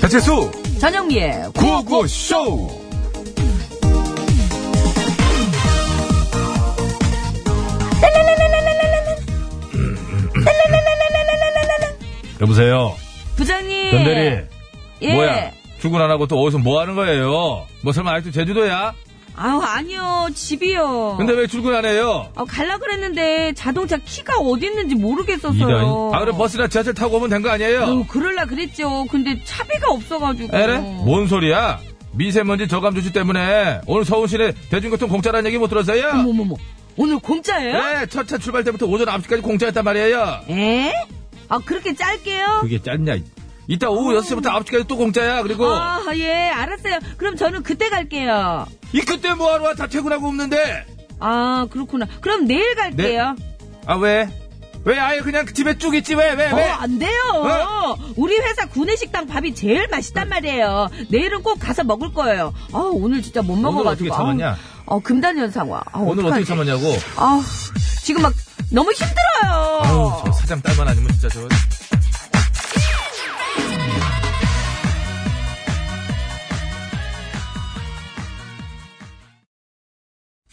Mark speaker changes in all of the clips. Speaker 1: 배칠수
Speaker 2: 전영미의
Speaker 1: 구호구쇼 여보세요
Speaker 2: 부장님.
Speaker 1: 전대리
Speaker 2: 예.
Speaker 1: 뭐야 출근 안 하고 또 어디서 뭐 하는 거예요 뭐 설마 아직도 제주도야
Speaker 2: 아우 아니요 집이요.
Speaker 1: 근데 왜 출근 안 해요
Speaker 2: 아, 갈라 그랬는데 자동차 키가 어디 있는지 모르겠어서요.
Speaker 1: 이런. 아 그럼 버스나 지하철 타고 오면 된 거 아니에요
Speaker 2: 아유, 그럴라 그랬죠. 근데 차비가 없어가지고.
Speaker 1: 에레? 뭔 소리야? 미세먼지 저감 조치 때문에 오늘 서울시내 대중교통 공짜라는 얘기 못 들었어요?
Speaker 2: 어머머머. 오늘 공짜예요?
Speaker 1: 네, 첫차 출발 때부터 오전 9시까지 공짜였단 말이에요.
Speaker 2: 에? 아 그렇게 짧게요?
Speaker 1: 그게 짧냐? 이따 오후 6시부터 9시까지 또 공짜야. 그리고
Speaker 2: 아 예 알았어요. 그럼 저는 그때 갈게요.
Speaker 1: 이 그때 뭐하러 와? 다 퇴근하고 없는데.
Speaker 2: 아 그렇구나. 그럼 내일 갈게요.
Speaker 1: 아 왜? 왜 아예 그냥 집에 쭉 있지? 왜? 왜? 왜?
Speaker 2: 어, 안 돼요.
Speaker 1: 어?
Speaker 2: 우리 회사 구내식당 밥이 제일
Speaker 1: 네.
Speaker 2: 맛있단 말이에요. 내일은 꼭 가서 먹을 거예요. 아, 오늘 진짜 못 먹어가지고.
Speaker 1: 어떻게 참았냐?
Speaker 2: 아우, 어, 금단현상 와. 아,
Speaker 1: 오늘 어떻게 참았냐고.
Speaker 2: 아, 지금 막 너무 힘들어요.
Speaker 1: 아우, 저 사장 딸만 아니면 진짜 저.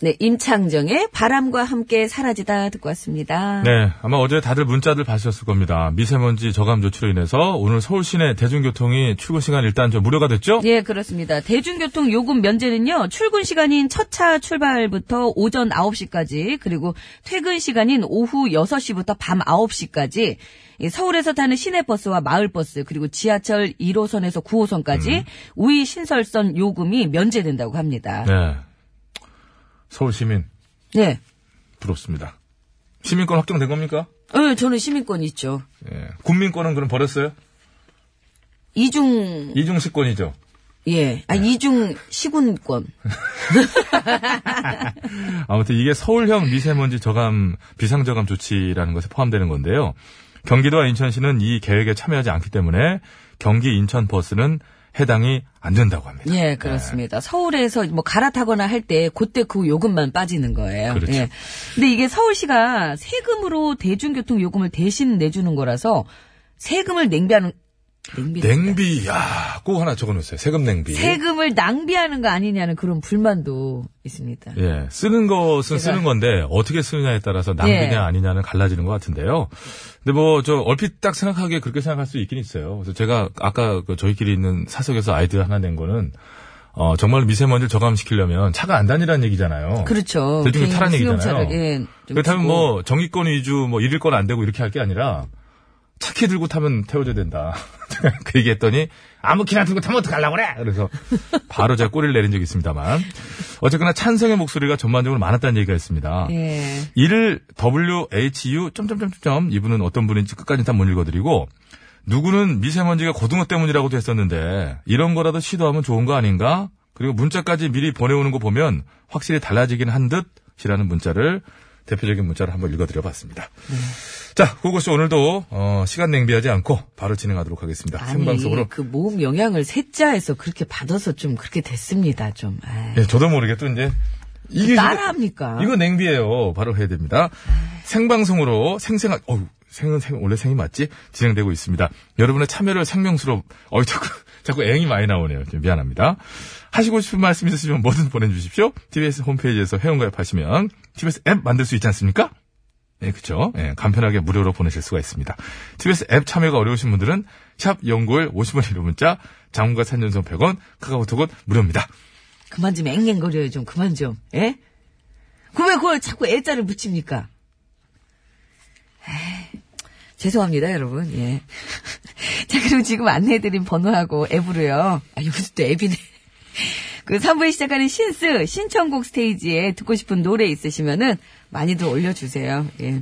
Speaker 2: 네, 임창정의 바람과 함께 사라지다 듣고 왔습니다.
Speaker 3: 네, 아마 어제 다들 문자들 받으셨을 겁니다. 미세먼지 저감 조치로 인해서 오늘 서울 시내 대중교통이 출근 시간 일단 좀 무료가 됐죠?
Speaker 2: 예, 그렇습니다. 대중교통 요금 면제는요, 출근 시간인 첫 차 출발부터 오전 9시까지, 그리고 퇴근 시간인 오후 6시부터 밤 9시까지, 서울에서 타는 시내버스와 마을버스, 그리고 지하철 1호선에서 9호선까지 우이 신설선 요금이 면제된다고 합니다.
Speaker 3: 네. 서울 시민
Speaker 2: 예.
Speaker 3: 부럽습니다. 시민권 확정된 겁니까?
Speaker 2: 어, 저는 시민권 있죠.
Speaker 3: 예. 군민권은 그럼 버렸어요?
Speaker 2: 이중,
Speaker 3: 이중시권이죠.
Speaker 2: 예. 아, 이중 시군권.
Speaker 3: 아무튼 이게 서울형 미세먼지 저감 비상저감 조치라는 것에 포함되는 건데요. 경기도와 인천시는 이 계획에 참여하지 않기 때문에 경기 인천 버스는 해당이 안 된다고 합니다.
Speaker 2: 예, 그렇습니다. 서울에서 뭐 갈아타거나 할 때, 그때 그 요금만 빠지는 거예요.
Speaker 3: 그렇죠.
Speaker 2: 예. 근데 이게 서울시가 세금으로 대중교통 요금을 대신 내주는 거라서, 세금을 낭비하는, 낭비.
Speaker 3: 냉비, 야, 꼭 하나 적어놓으세요. 네. 세금 냉비.
Speaker 2: 세금을 낭비하는 거 아니냐는 그런 불만도 있습니다.
Speaker 3: 예, 쓰는 것은 쓰는 건데 어떻게 쓰느냐에 따라서 낭비냐
Speaker 2: 예.
Speaker 3: 아니냐는 갈라지는 것 같은데요. 근데 뭐 저 얼핏 딱 생각하기에 그렇게 생각할 수 있긴 있어요. 그래서 제가 아까 그 저희끼리 있는 사석에서 아이디어 하나 낸 거는 어 정말 미세먼지를 저감시키려면 차가 안 다니라는 얘기잖아요.
Speaker 2: 그렇죠.
Speaker 3: 대중이
Speaker 2: 개인
Speaker 3: 타라는
Speaker 2: 승용차를,
Speaker 3: 얘기잖아요.
Speaker 2: 예, 좀
Speaker 3: 그렇다면
Speaker 2: 주고.
Speaker 3: 뭐 정기권 위주 뭐 일일권 안 되고 이렇게 할 게 아니라 차키 들고 타면 태워줘야 된다. 제가 그 얘기했더니 아무 키나 들고 타면 어떡하려고 그래. 그래서 바로 제가 꼬리를 내린 적이 있습니다만 어쨌거나 찬성의 목소리가 전반적으로 많았다는 얘기가 있습니다.
Speaker 2: 예.
Speaker 3: 이를 WHU 점점점점 이분은 어떤 분인지 끝까지 다 못 읽어드리고 누구는 미세먼지가 고등어 때문이라고도 했었는데 이런 거라도 시도하면 좋은 거 아닌가? 그리고 문자까지 미리 보내오는 거 보면 확실히 달라지긴 한 듯이라는 문자를 대표적인 문자를 한번 읽어드려봤습니다.
Speaker 2: 네.
Speaker 3: 자, 그것이 오늘도 어, 시간 낭비하지 않고 바로 진행하도록 하겠습니다.
Speaker 2: 아니,
Speaker 3: 생방송으로.
Speaker 2: 그 모음 영향을 셋자에서 그렇게 받아서 좀 그렇게 됐습니다, 좀. 아이.
Speaker 3: 예, 저도 모르게 또 이제
Speaker 2: 그
Speaker 3: 이게
Speaker 2: 따라합니까?
Speaker 3: 예. 이거 냉비예요. 바로 해야 됩니다. 생방송으로 생생한 어우 생은 생 원래 생이 맞지 진행되고 있습니다. 여러분의 참여를 생명수로 어이 자꾸 자꾸 앵이 많이 나오네요. 좀 미안합니다. 하시고 싶은 말씀 있으시면 뭐든 보내주십시오. TBS 홈페이지에서 회원가입하시면 TBS 앱 만들 수 있지 않습니까? 네, 그렇죠. 간편하게 무료로 보내실 수가 있습니다. TBS 앱 참여가 어려우신 분들은 샵 연구일 50원 1호 문자, 장문과 3년선 100원, 카카오톡은 무료입니다.
Speaker 2: 그만 좀 앵앵거려요, 좀. 그만 좀. 예? 그왜 그걸 자꾸 애자를 붙입니까? 에이, 죄송합니다, 여러분. 예. 자, 그리고 지금 안내해드린 번호하고 앱으로요. 아, 여기서 또 앱이네. 그 3부에 시작하는 신스, 신청곡 스테이지에 듣고 싶은 노래 있으시면은 많이들 올려주세요. 예.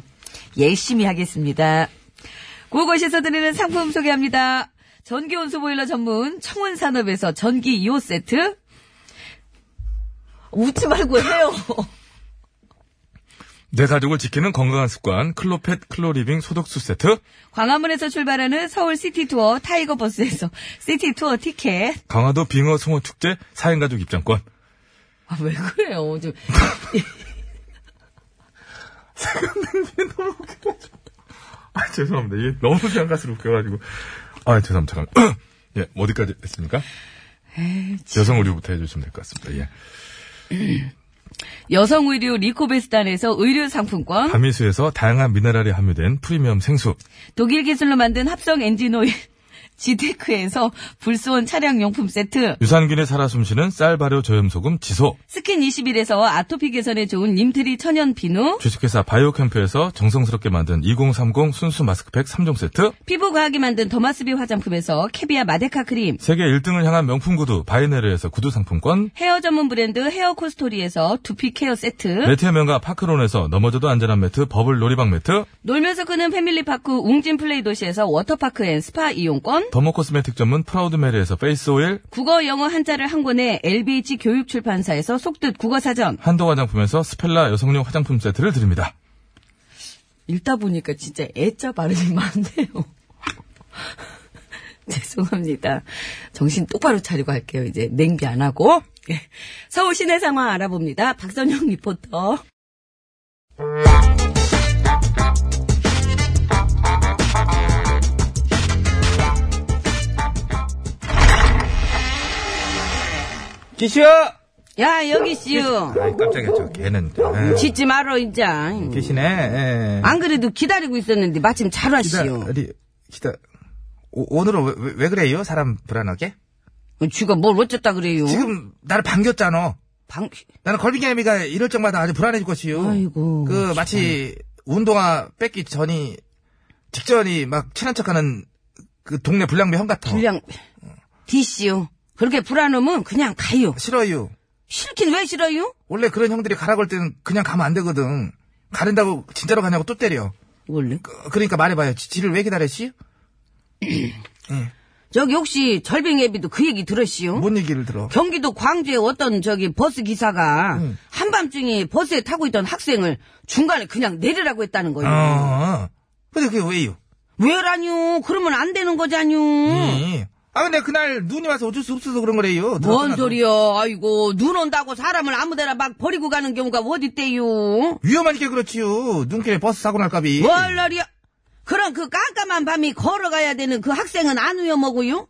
Speaker 2: 열심히 하겠습니다. 고고시에서 드리는 상품 소개합니다. 전기 온수 보일러 전문 청운산업에서 전기 2호 세트, 웃지 말고 해요.
Speaker 3: 내 가족을 지키는 건강한 습관 클로펫 클로리빙 소독수 세트
Speaker 2: 광화문에서 출발하는 서울 시티 투어 타이거 버스에서 시티 투어 티켓.
Speaker 3: 강화도 빙어 송어 축제 4인 가족 입장권
Speaker 2: 아, 왜 그래요? 좀.
Speaker 3: 아 죄송합니다 이게 너무 생각할수록 웃겨가지고 아 죄송합니다 잠깐 예, 어디까지 했습니까?
Speaker 4: 에이,
Speaker 3: 여성 의류부터 해주시면 될 것 같습니다. 예.
Speaker 4: 여성 의류 리코베스탄에서 의류 상품권,
Speaker 3: 밤미수에서 다양한 미네랄이 함유된 프리미엄 생수,
Speaker 4: 독일 기술로 만든 합성 엔진 오일, 지테크에서 불쏘온 차량 용품 세트,
Speaker 3: 유산균이 살아 숨쉬는 쌀 발효 저염소금 지소,
Speaker 4: 스킨 21에서 아토피 개선에 좋은 님트리 천연 비누,
Speaker 3: 주식회사 바이오캠프에서 정성스럽게 만든 2030 순수 마스크팩 3종 세트,
Speaker 4: 피부 과학이 만든 더마스비 화장품에서 캐비아 마데카 크림,
Speaker 3: 세계 1등을 향한 명품 구두 바이네르에서 구두 상품권,
Speaker 4: 헤어 전문 브랜드 헤어 코스토리에서 두피 케어 세트,
Speaker 3: 매트의 명가 파크론에서 넘어져도 안전한 매트 버블 놀이방 매트,
Speaker 4: 놀면서 끄는 패밀리파크 웅진 플레이 도시에서 워터파크 앤 스파 이용권,
Speaker 3: 더모 코스메틱 전문 프라우드메리에서 페이스 오일,
Speaker 4: 국어 영어 한자를 한 권에 LBH 교육 출판사에서 속뜻 국어 사전.
Speaker 3: 한도 화장품에서 스펠라 여성용 화장품 세트를 드립니다.
Speaker 4: 읽다 보니까 진짜 애자 발음이 많네요. 죄송합니다. 정신 똑바로 차리고 할게요. 이제 냉비 안 하고. 예. 서울 시내 상황 알아봅니다. 박선영 리포터.
Speaker 1: 기시야!
Speaker 4: 야, 여기 씨요.
Speaker 1: 아이, 깜짝이야, 저 걔는. 아,
Speaker 4: 짓지 말어, 인자.
Speaker 1: 계시네. 예.
Speaker 2: 아,
Speaker 4: 안 그래도 기다리고 있었는데 마침 잘 왔시요.
Speaker 1: 기다, 기다. 오, 오늘은 왜, 왜- 왜 그래요? 사람 불안하게?
Speaker 4: 쥐가 뭘 어쨌다 그래요.
Speaker 1: 지금 나를 반겼잖아.
Speaker 4: 방...
Speaker 1: 나는 걸빙개미가 이럴 적마다 아주 불안해질 것이요.
Speaker 4: 아이고,
Speaker 1: 그 마치 운동화 뺏기 전이 직전이 막 친한 척하는 그 동네 불량배 형 같아.
Speaker 4: 불량
Speaker 1: 어.
Speaker 4: 디씨요. 그렇게 불안하면 그냥 가요.
Speaker 1: 싫어요.
Speaker 4: 싫긴 왜 싫어요?
Speaker 1: 원래 그런 형들이 가라고 할 때는 그냥 가면 안 되거든. 가린다고 진짜로 가냐고 또 때려.
Speaker 4: 원래.
Speaker 1: 그- 그러니까 말해봐요. 지- 지를 왜 기다렸지?
Speaker 4: 저기 혹시 절빙 예비도 그 얘기 들었시요?
Speaker 1: 뭔 얘기를 들어?
Speaker 4: 경기도 광주에 어떤 저기 버스 기사가
Speaker 1: 응.
Speaker 4: 한밤중에 버스에 타고 있던 학생을 중간에 그냥 내리라고 했다는 거예요.
Speaker 1: 어. 근데 그게 왜요?
Speaker 4: 왜라뇨? 그러면 안 되는 거잖요.
Speaker 1: 이. 아 근데 그날 눈이 와서 어쩔 수 없어서 그런 거래요.
Speaker 4: 음. 뭔
Speaker 1: 들었구나.
Speaker 4: 소리야? 아이고 눈 온다고 사람을 아무데나 막 버리고 가는 경우가 어딨대요?
Speaker 1: 위험하니까 그렇지요. 눈길에 버스 사고 날까비.
Speaker 4: 뭘 날이야? 그럼 그 깜깜한 밤이 걸어가야 되는 그 학생은 안 위험하고요?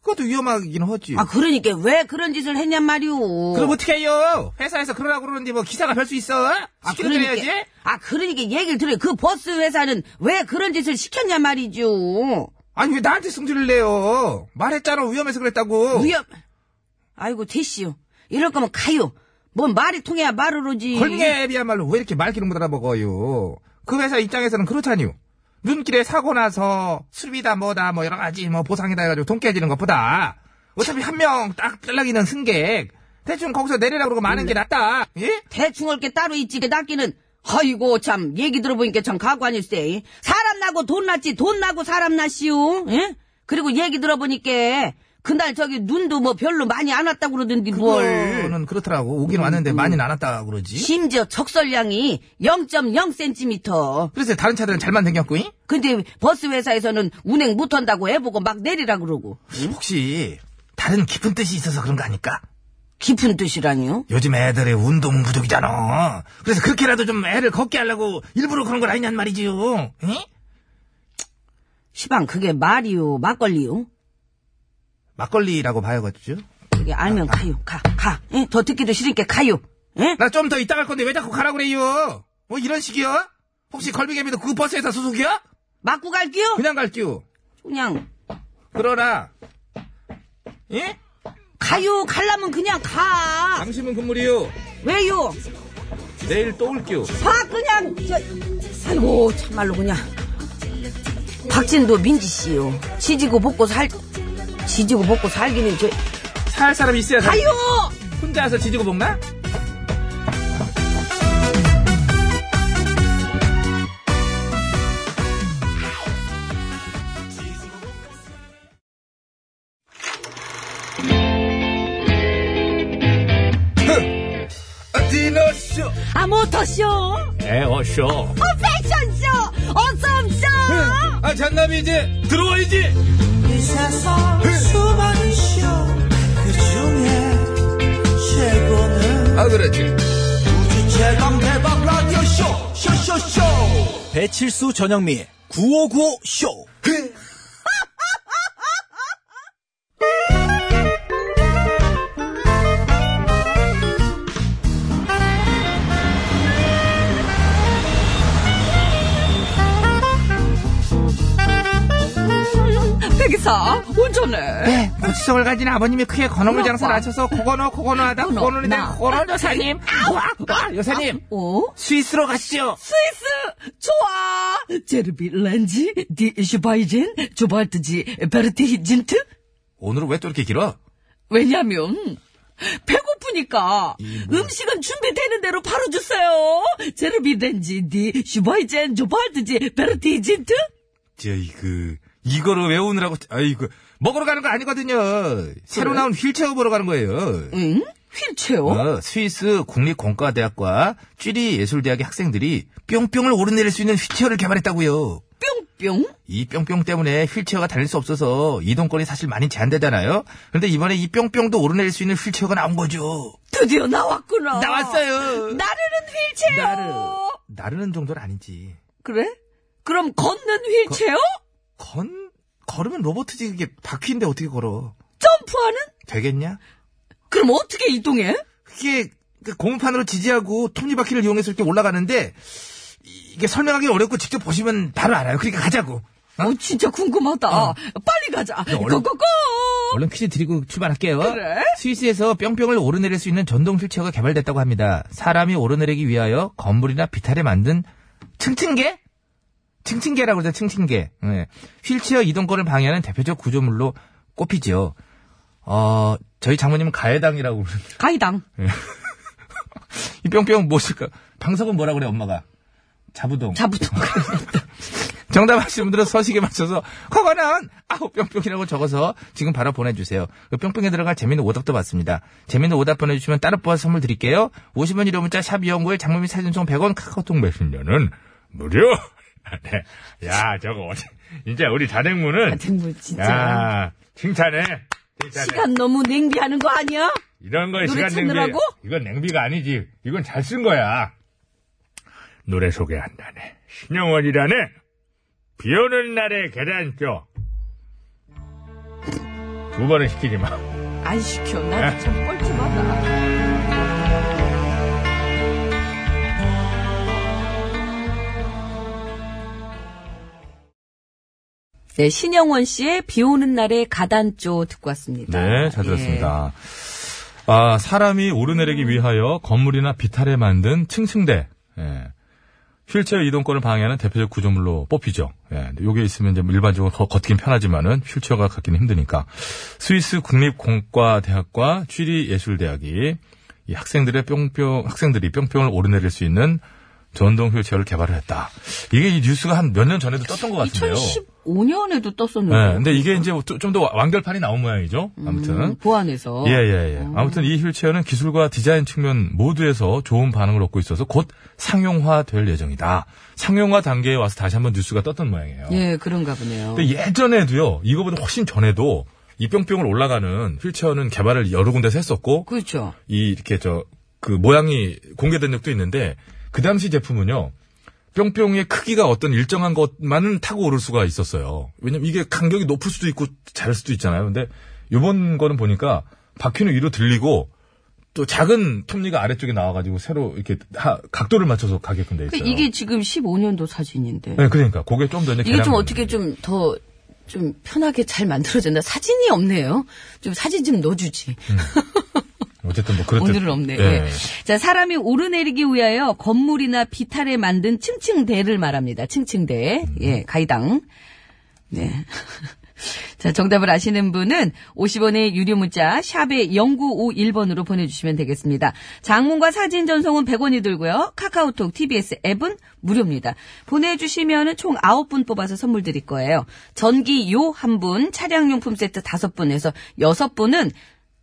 Speaker 1: 그것도 위험하긴 하지.
Speaker 4: 아 그러니까 왜 그런 짓을 했냔 말이오.
Speaker 1: 예. 그럼 어떻게 해요? 회사에서 그러라고 그러는데 뭐 기사가 별 수 있어?
Speaker 4: 아,
Speaker 1: 시키는 대로 해야지?
Speaker 4: 아, 그러니까 얘기를 들어요. 그 버스 회사는 왜 그런 짓을 시켰냐 말이죠.
Speaker 1: 아니 왜 나한테 승질을 내요? 말했잖아 위험해서 그랬다고.
Speaker 4: 위험. 아이고, 대시요. 이럴 거면 가요. 뭔 말이 통해야 말을 오지.
Speaker 1: 걸빙애비야말로 왜 이렇게 말귀를 못 알아먹어요? 그 회사 입장에서는 그렇잖요. 눈길에 사고 나서 수리비다 뭐다 뭐 여러 가지 뭐 보상이다 해가지고 돈 깨지는 것보다 어차피 한 명 딱 딸락이는 승객 대충 거기서 내리라 그러고 마는 게 낫다. 예?
Speaker 4: 대충 올게 따로 있지. 그 낫기는. 아이고, 참. 얘기 들어보니까 참 가관일세. 사람 나고 돈 났지. 돈 나고 사람 났시오. 예? 그리고 얘기 들어보니까 그날 저기 눈도 뭐 별로 많이 안 왔다고 그러던데 뭘. 음,
Speaker 1: 그거는 그렇더라고. 오긴 왔는데 많이 나눴다 그러지.
Speaker 4: 심지어 적설량이 0.0cm.
Speaker 1: 그래서 다른 차들은 잘만 생겼고 잉?
Speaker 4: 근데 버스 회사에서는 운행 못한다고 해보고 막 내리라 그러고
Speaker 1: 혹시 다른 깊은 뜻이 있어서 그런 거 아닐까?
Speaker 4: 깊은 뜻이라니요?
Speaker 1: 요즘 애들의 운동 부족이잖아. 그래서 그렇게라도 좀 애를 걷게 하려고 일부러 그런 걸 아니냔 말이지요. 응?
Speaker 4: 시방 그게 말이요 막걸리요?
Speaker 1: 막걸리라고 그렇죠? 봐야겠죠?
Speaker 4: 그게 알면 가요 가가 예? 더 듣기도 싫으니까 가요 예?
Speaker 1: 나 좀 더 이따 갈 건데 왜 자꾸 가라 그래요? 뭐 이런 식이야? 혹시 걸비개미도 그 버스에서 소속이야?
Speaker 4: 맞고 갈게요
Speaker 1: 그냥 갈게요.
Speaker 4: 그냥
Speaker 1: 그러라. 예?
Speaker 4: 가요 갈라면 그냥 가
Speaker 1: 당신은 금물이요.
Speaker 4: 왜요?
Speaker 1: 내일 또 올게요.
Speaker 4: 봐 그냥 저... 아이고 참말로 그냥 박진도 민지씨요 지지고 볶고 살 지지고 볶고 살기는 저
Speaker 1: 살 사람 있어야 살.
Speaker 4: 가요
Speaker 1: 혼자서 지지고 볶나? 디너쇼
Speaker 4: 아 모터쇼
Speaker 3: 네, 에어쇼.
Speaker 4: 패션쇼! 어쩜쇼!
Speaker 1: 아 잔남이 이제 들어와야지
Speaker 5: 이 세상 수많은 쇼그 중에 최고는
Speaker 1: 아 그렇지
Speaker 5: 우주 최강 대박 라디오 쇼 쇼쇼쇼 배칠수 전영미 9595쇼
Speaker 2: 기사 운전해.
Speaker 1: 네, 고치성을 가진 아버님이 크게 건어물
Speaker 2: 그렇구나.
Speaker 1: 장사를 하셔서 고건어 고건어 하다
Speaker 2: 고건어,
Speaker 1: 고건어는
Speaker 2: 나.
Speaker 1: 고건어 여사님
Speaker 2: 아,
Speaker 1: 와, 와 여사님
Speaker 2: 오?
Speaker 1: 스위스로 가시죠
Speaker 2: 스위스 좋아. 제르비 렌지 디 슈바이젠 조발트지 베르티 힌트.
Speaker 1: 오늘은 왜 저렇게 길어?
Speaker 2: 왜냐면 배고프니까
Speaker 1: 뭐.
Speaker 2: 음식은 준비되는 대로 바로 주세요. 제르비 렌지 디 슈바이젠 조발트지 베르티 힌트.
Speaker 1: 저이그 이거를 외우느라고 아이고 그, 먹으러 가는 거 아니거든요 새로 나온 휠체어 보러 가는 거예요
Speaker 2: 응? 휠체어?
Speaker 1: 어, 스위스 국립공과대학과 쥐리 예술대학의 학생들이 뿅뿅을 오르내릴 수 있는 휠체어를 개발했다고요
Speaker 2: 뿅?
Speaker 1: 이 뿅뿅 때문에 휠체어가 다닐 수 없어서 이동권이 사실 많이 제한되잖아요. 그런데 이번에 이 뿅뿅도 오르내릴 수 있는 휠체어가 나온 거죠.
Speaker 2: 드디어 나왔구나.
Speaker 1: 나왔어요.
Speaker 2: 나르는 휠체어.
Speaker 1: 나르는 정도는 아니지.
Speaker 2: 그래? 그럼 걷는 휠체어?
Speaker 1: 건 걸으면 로봇이지 그게 바퀴인데 어떻게 걸어?
Speaker 2: 점프하는?
Speaker 1: 되겠냐?
Speaker 2: 그럼 어떻게 이동해?
Speaker 1: 그게 그 고무판으로 지지하고 톱니바퀴를 이용해서 이렇게 올라가는데 이게 설명하기 어렵고 직접 보시면 바로 알아요. 그러니까 가자고.
Speaker 2: 어, 진짜 궁금하다.
Speaker 1: 어.
Speaker 2: 빨리 가자.
Speaker 1: 얼른-
Speaker 2: 고고고!
Speaker 1: 얼른 퀴즈 드리고 출발할게요.
Speaker 2: 그래?
Speaker 1: 스위스에서 뿅뿅을 오르내릴 수 있는 전동 휠체어가 개발됐다고 합니다. 사람이 오르내리기 위하여 건물이나 비탈에 만든 층층계? 층층계라고 그러죠, 층층계. 예. 휠체어 이동권을 방해하는 대표적 구조물로 꼽히죠. 어, 저희 장모님은 가해당이라고 부르는데.
Speaker 2: 가이당.
Speaker 3: 네.
Speaker 1: 이 뿅뿅 무엇일까? 방석은 뭐라 그래, 엄마가? 자부동.
Speaker 2: 자부터.
Speaker 1: 정답하신 분들은 서식에 맞춰서 그거는 아우 뿅뿅이라고 적어서 지금 바로 보내주세요. 그 뿅뿅에 들어갈 재밌는 오답도 받습니다. 재밌는 오답 보내주시면 따로 뽑아서 선물 드릴게요. 50원 유료 문자 샵 이용구에 장모및 사진송 100원 카카오톡 메신저는 무료. 네. 야 저거 어제 이제 우리 자댕무는
Speaker 2: 정말 진짜.
Speaker 3: 야, 칭찬해. 칭찬해.
Speaker 2: 시간 너무 낭비하는 거 아니야?
Speaker 3: 이런 거에
Speaker 2: 노래
Speaker 3: 시간 낭비.
Speaker 2: 찾느라고?
Speaker 3: 이건 낭비가 아니지. 이건 잘 쓴 거야. 노래 소개한다네. 신영원이라네. 비 오는 날의 계단쪽. 두 번은 시키지 마.
Speaker 2: 안 시켜.
Speaker 3: 네.
Speaker 2: 나도 참 뻘쭘하다. 네, 신영원 씨의 비 오는 날의 가단조 듣고 왔습니다.
Speaker 3: 네, 잘 들었습니다. 아, 사람이 오르내리기 위하여 건물이나 비탈에 만든 층층대. 예. 휠체어 이동권을 방해하는 대표적 구조물로 뽑히죠. 예. 근데 요게 있으면 이제 일반적으로 더 걷긴 편하지만은 휠체어가 갖기는 힘드니까. 스위스 국립공과대학과 취리예술대학이 이 학생들의 뿅뿅, 학생들이 뿅뿅을 오르내릴 수 있는 전동 휠체어를 개발을 했다. 이게 이 뉴스가 한 몇 년 전에도 떴던 것 같은데요.
Speaker 2: 예. 2015년에도 떴었는데.
Speaker 3: 네, 근데 이게 이제 좀 더 완결판이 나온 모양이죠. 아무튼
Speaker 2: 음, 보안에서.
Speaker 3: 예, 예, 예. 아무튼 이 휠체어는 기술과 디자인 측면 모두에서 좋은 반응을 얻고 있어서 곧 상용화 될 예정이다. 상용화 단계에 와서 다시 한번 뉴스가 떴던 모양이에요.
Speaker 2: 예, 그런가 보네요.
Speaker 3: 근데 예전에도요, 이거보다 훨씬 전에도 이 뿅뿅을 올라가는 휠체어는 개발을 여러 군데서 했었고,
Speaker 2: 그렇죠.
Speaker 3: 이, 이렇게 저, 그 모양이 공개된 적도 있는데, 그 당시 제품은요, 뿅뿅의 크기가 어떤 일정한 것만은 타고 오를 수가 있었어요. 왜냐면 이게 간격이 높을 수도 있고, 작을 수도 있잖아요. 근데, 요번 거는 보니까, 바퀴는 위로 들리고, 또 작은 톱니가 아래쪽에 나와가지고, 새로 이렇게 하- 각도를 맞춰서 가게끔 돼
Speaker 2: 그
Speaker 3: 있어요.
Speaker 2: 이게 지금 15년도 사진인데.
Speaker 3: 그렇죠. 네, 그러니까. 그게 좀 더 이제
Speaker 2: 이게 좀
Speaker 3: 계량이
Speaker 2: 어떻게
Speaker 3: 되는
Speaker 2: 좀 더 좀 편하게 잘 만들어졌나? 사진이 없네요. 좀 사진 좀 넣어주지.
Speaker 3: 거예요. 어쨌든 뭐, 음, 그렇듯.
Speaker 2: 오늘은 없네.
Speaker 3: 예.
Speaker 2: 예. 자, 사람이 오르내리기 위하여 건물이나 비탈에 만든 층층대를 말합니다. 층층대. 예, 가이당. 네. 자, 정답을 아시는 분은 50원의 유료 문자 샵에 0951번으로 보내주시면 되겠습니다. 장문과 사진 전송은 100원이 들고요. 카카오톡, TBS 앱은 무료입니다. 보내주시면 총 9분 뽑아서 선물 드릴 거예요. 전기 요 한 분, 차량용품 세트 5분에서 6분은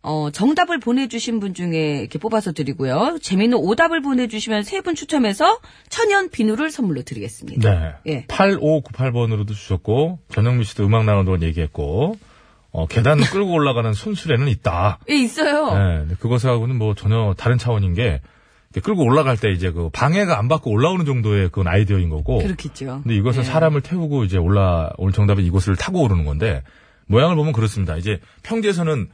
Speaker 2: 어, 정답을 보내주신 분 중에 이렇게 뽑아서 드리고요. 재미있는 오답을 보내주시면 세 분 추첨해서 천연 비누를 선물로 드리겠습니다.
Speaker 3: 네.
Speaker 2: 예.
Speaker 3: 8598번으로도 주셨고, 전영미 씨도 음악 나온다고 얘기했고, 어, 계단 끌고 올라가는 손수레는 있다.
Speaker 2: 예, 있어요.
Speaker 3: 네. 근데 그것하고는 뭐 전혀 다른 차원인 게, 이렇게 끌고 올라갈 때 이제 그 방해가 안 받고 올라오는 정도의 그건 아이디어인 거고.
Speaker 2: 그렇겠죠.
Speaker 3: 근데 이것은 사람을 태우고 이제 올라올 정답은 이곳을 타고 오르는 건데, 모양을 보면 그렇습니다. 이제 평지에서는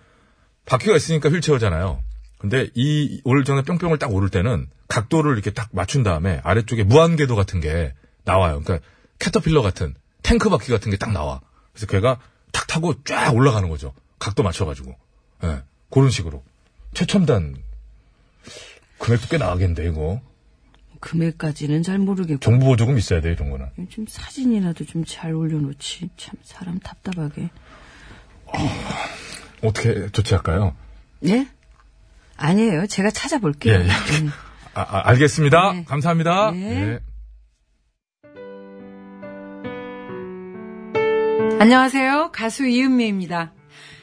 Speaker 3: 바퀴가 있으니까 휠체어잖아요. 근데 이, 올 전에 뿅뿅을 딱 오를 때는 각도를 이렇게 딱 맞춘 다음에 아래쪽에 무한궤도 같은 게 나와요. 그러니까 캐터필러 같은 탱크 바퀴 같은 게 딱 나와. 그래서 걔가 탁탁 타고 쫙 올라가는 거죠. 각도 맞춰가지고. 예. 그런 식으로. 최첨단. 금액도 꽤 나가겠는데, 이거.
Speaker 2: 금액까지는 잘 모르겠고.
Speaker 3: 정부 보조금 있어야 돼, 이런 거는.
Speaker 2: 좀 사진이라도 좀 잘 올려놓지. 참, 사람 답답하게.
Speaker 3: 어떻게 조치할까요?
Speaker 2: 예? 아니에요. 제가 찾아볼게요.
Speaker 3: 예, 예.
Speaker 2: 네.
Speaker 3: 아, 아, 알겠습니다.
Speaker 2: 네.
Speaker 3: 감사합니다.
Speaker 2: 네.
Speaker 3: 예.
Speaker 6: 안녕하세요. 가수 이은미입니다.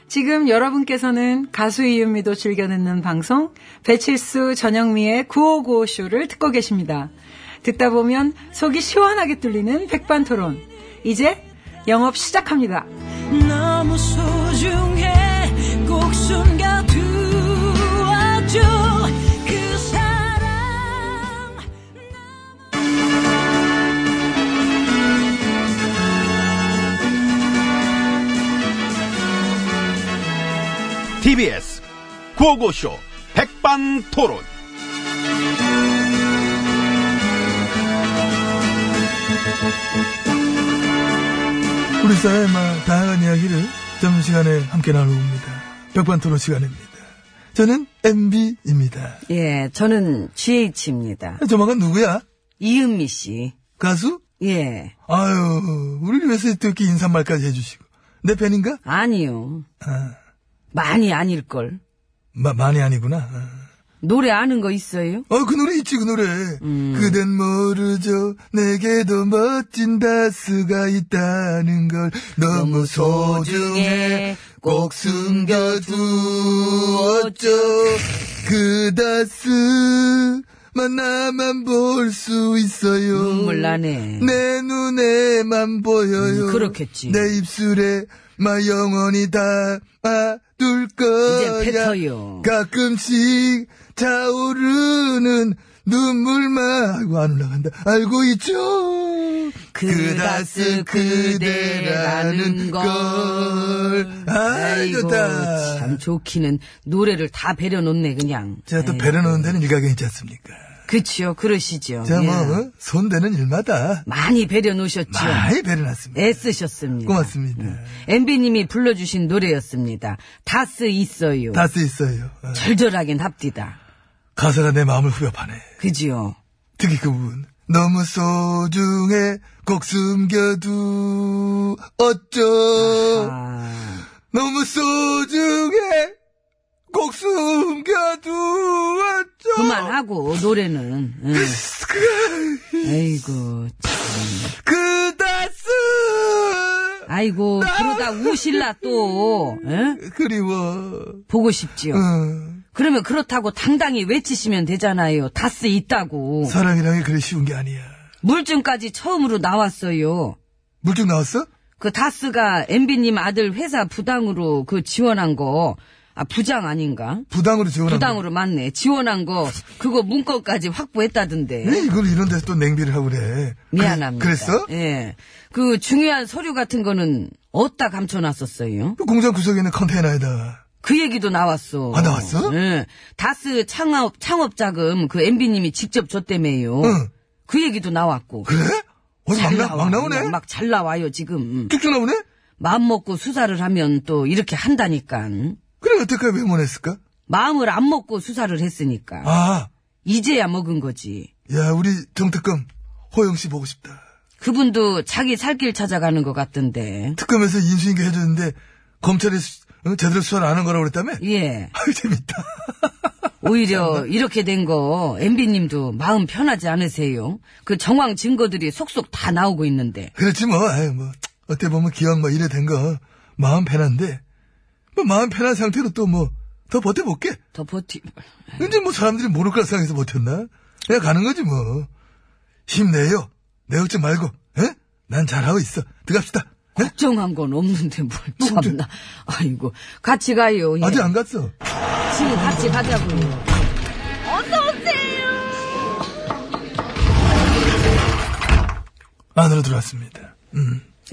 Speaker 6: 지금 여러분께서는 가수 이은미도 즐겨 듣는 방송 배칠수 전영미의 9595쇼를 듣고 계십니다. 듣다 보면 속이 시원하게 뚫리는 백반토론. 이제 영업 시작합니다.
Speaker 7: 너무 소중해 꼭 숨겨두어줘 그 사람
Speaker 5: TBS 구호고쇼 백반토론.
Speaker 8: 우리 사회의 막 다양한 이야기를 점심시간에 함께 나누옵니다. 백반토론 시간입니다. 저는 MB입니다.
Speaker 2: 예, 저는 GH입니다.
Speaker 8: 조만간 누구야?
Speaker 2: 이은미 씨.
Speaker 8: 가수?
Speaker 2: 예.
Speaker 8: 아유, 우리 위해서 또 이렇게 인사말까지 해주시고. 내 팬인가?
Speaker 2: 아니요.
Speaker 8: 아,
Speaker 2: 많이 아닐걸.
Speaker 8: 마- 많이 아니구나. 아.
Speaker 2: 노래 아는 거 있어요?
Speaker 8: 어, 그 노래 있지, 그 노래.
Speaker 2: 음.
Speaker 8: 그댄 모르죠. 내게도 멋진 다스가 있다는 걸 너무 소중해. 꼭 숨겨두었죠. 그 다스만 나만 볼 수 있어요.
Speaker 2: 눈물 나네.
Speaker 8: 내 눈에만 보여요.
Speaker 2: 음, 그렇겠지.
Speaker 8: 내 입술에 마 영원히 담아둘 거야.
Speaker 2: 뱉어요.
Speaker 8: 가끔씩 자오르는 눈물만 아이고 안 올라간다. 알고 있죠?
Speaker 2: 그 그다스 그대라는 걸.
Speaker 8: 아, 좋다.
Speaker 2: 참 좋기는 노래를 다 배려놓네 그냥.
Speaker 8: 제가 또
Speaker 2: 에이,
Speaker 8: 배려놓은 데는 일가견 있지 않습니까?
Speaker 2: 그치요, 그러시죠.
Speaker 8: 제가
Speaker 2: 예.
Speaker 8: 뭐, 어? 손대는 일마다
Speaker 2: 많이 배려놓으셨죠.
Speaker 8: 많이
Speaker 2: 예.
Speaker 8: 배려놨습니다.
Speaker 2: 애쓰셨습니다.
Speaker 8: 고맙습니다.
Speaker 2: MB님이 불러주신 노래였습니다. 다스 있어요.
Speaker 8: 다 쓰있어요. 어.
Speaker 2: 절절하긴 합디다.
Speaker 8: 가사가 내 마음을 후벼파네.
Speaker 2: 그지요?
Speaker 8: 특히 그분 너무 소중해 꼭 숨겨두 어쩌
Speaker 2: 아,
Speaker 8: 너무 소중해 꼭 숨겨두 어쩌
Speaker 2: 그만하고, 노래는. 응. 아이고,
Speaker 8: 그다스
Speaker 2: 아이고, 그러다 우실라 또, 응?
Speaker 8: 그리워
Speaker 2: 보고 싶지요.
Speaker 8: 응.
Speaker 2: 그러면 그렇다고 당당히 외치시면 되잖아요. 다스 있다고.
Speaker 8: 사랑이란 게 그리 쉬운 게 아니야
Speaker 2: 물증까지 처음으로 나왔어요.
Speaker 8: 물증 나왔어?
Speaker 2: 그 다스가 MB님 아들 회사 부당으로 그 지원한 거, 아, 부장 아닌가?
Speaker 8: 부당으로 지원한
Speaker 2: 부당으로 맞네. 지원한 거, 그거 문건까지
Speaker 8: 거. 왜
Speaker 2: 확보했다던데.
Speaker 8: 이걸 이런 데서 또 냉비를 하고 그래
Speaker 2: 미안합니다.
Speaker 8: 그, 그랬어?
Speaker 2: 예. 그 중요한 서류 같은 거는 어디다 감춰놨었어요?
Speaker 8: 또 공장 구석에 있는 컨테이너에다가
Speaker 2: 그 얘기도 나왔어.
Speaker 8: 아, 나왔어?
Speaker 2: 예. 다스 창업, 창업 자금 그 MB님이 직접 줬다며요.
Speaker 8: 응.
Speaker 2: 그 얘기도 나왔고.
Speaker 8: 그래? 어디 막,
Speaker 2: 잘
Speaker 8: 나, 막
Speaker 2: 나와.
Speaker 8: 나오네?
Speaker 2: 막 잘 나와요, 지금.
Speaker 8: 쭉쭉 나오네?
Speaker 2: 마음 먹고 수사를 하면 또 이렇게 한다니까.
Speaker 8: 그래, 여태까지 왜 못했을까?
Speaker 2: 마음을 안 먹고 수사를 했으니까.
Speaker 8: 아,
Speaker 2: 이제야 먹은 거지.
Speaker 8: 야, 우리 정특검, 호영 씨 보고 싶다.
Speaker 2: 그분도 자기 살 길 찾아가는 것 같던데.
Speaker 8: 특검에서 인수인계 해줬는데, 검찰이 수- 어? 제대로 수사를 안 한 거라고 그랬다며?
Speaker 2: 예.
Speaker 8: 아유, 재밌다. 아,
Speaker 2: 오히려
Speaker 8: 네.
Speaker 2: 이렇게 된 거 MB님도 마음 편하지 않으세요? 그 정황 증거들이 속속 다 나오고 있는데.
Speaker 8: 그렇지 뭐, 아유, 뭐, 어때 보면 기왕 뭐 이래 된 거, 마음 편한데, 뭐, 마음 편한 상태로 또 뭐, 더 버텨볼게.
Speaker 2: 더 버티.
Speaker 8: 이제 뭐 사람들이 모를 거라 생각해서 버텼나? 그냥 가는 거지 뭐. 힘내요. 내 걱정 말고, 에? 난 잘하고 있어. 들어갑시다. 네? 에?
Speaker 2: 걱정한 건 없는데 뭘 참나. 아이고 같이 가요. 예.
Speaker 8: 아직 안 갔어.
Speaker 2: 지금 같이 가자고요.
Speaker 8: 안으로 들어왔습니다.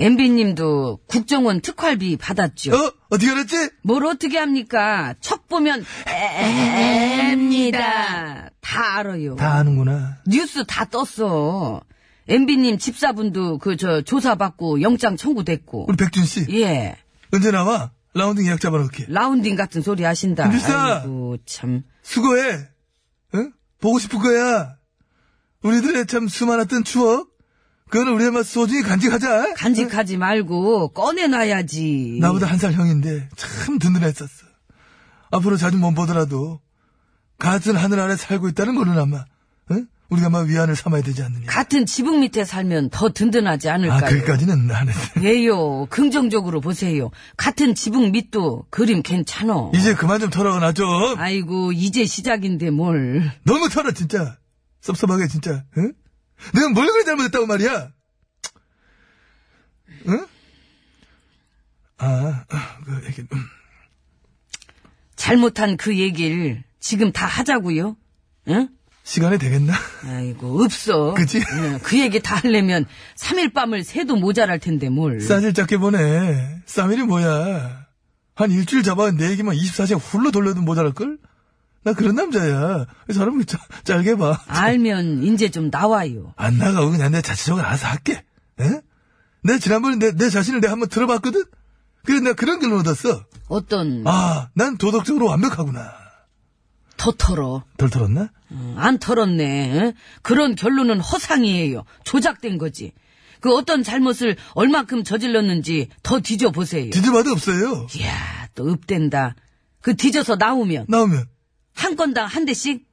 Speaker 2: MB님도 국정원 특활비 받았죠.
Speaker 8: 어? 어떻게 알았지?
Speaker 2: 뭘 어떻게 합니까? 척 보면 앱니다. 다 알아요.
Speaker 8: 다 아는구나.
Speaker 2: 뉴스 다 떴어. MB님 집사분도 그 저 조사받고 영장 청구됐고.
Speaker 8: 어, 우리 백준 씨.
Speaker 2: 예.
Speaker 8: 언제 나와? 라운딩 예약 잡아놓을게.
Speaker 2: 라운딩 같은 소리 하신다.
Speaker 8: 김필사!
Speaker 2: 아이고, 참.
Speaker 8: 수고해. 응? 보고 싶을 거야. 우리들의 참 수많았던 추억. 그건 우리의 맛 소중히 간직하자.
Speaker 2: 간직하지 말고 꺼내놔야지.
Speaker 8: 나보다 한 살 형인데 참 든든했었어. 앞으로 자주 못 보더라도 같은 하늘 아래 살고 있다는 거는 아마 응? 우리가 아마 위안을 삼아야 되지 않느냐.
Speaker 2: 같은 지붕 밑에 살면 더 든든하지
Speaker 8: 아,
Speaker 2: 않을까요?
Speaker 8: 그까지는 안 했어.
Speaker 2: 예요. 긍정적으로 보세요. 같은 지붕 밑도 그림 괜찮어.
Speaker 8: 이제 그만 좀 털어놔 좀.
Speaker 2: 아이고, 이제 시작인데 뭘.
Speaker 8: 너무 털어 진짜. 섭섭하게 진짜. 응? 내가 뭘 그리 잘못했다고 말이야. 응? 아, 아, 그 이게 음.
Speaker 2: 잘못한 그 얘기를 지금 다 하자고요. 응?
Speaker 8: 시간이 되겠나?
Speaker 2: 예. 아이고, 없어.
Speaker 8: 그치?
Speaker 2: 응, 그 얘기 다 하려면 3일 밤을 새도 모자랄 텐데 뭘.
Speaker 8: 싸질 짧게 보네. 쌈일이 뭐야. 한 일주일 잡아 내 얘기만 24시간 훌로 돌려도 모자랄걸? 나 그런 남자야. 사람을 짜, 짧게 봐.
Speaker 2: 알면 이제 좀 나와요.
Speaker 8: 안 나가고 그냥 내 자체적으로 알아서 할게. 에? 내 지난번에 내, 내 자신을 내가 한번 들어봤거든? 그래, 내가 그런 결론 얻었어.
Speaker 2: 어떤
Speaker 8: 아, 난 도덕적으로 완벽하구나.
Speaker 2: 더 털어.
Speaker 8: 덜 털었나?
Speaker 2: 음, 안 털었네. 응? 그런 결론은 허상이에요. 조작된 거지. 그 어떤 잘못을 얼마큼 저질렀는지 더 뒤져보세요.
Speaker 8: 뒤집어도 없어요.
Speaker 2: 이야, 또 읍된다. 그 뒤져서 나오면
Speaker 8: 나오면.
Speaker 2: 한 건당 한 대씩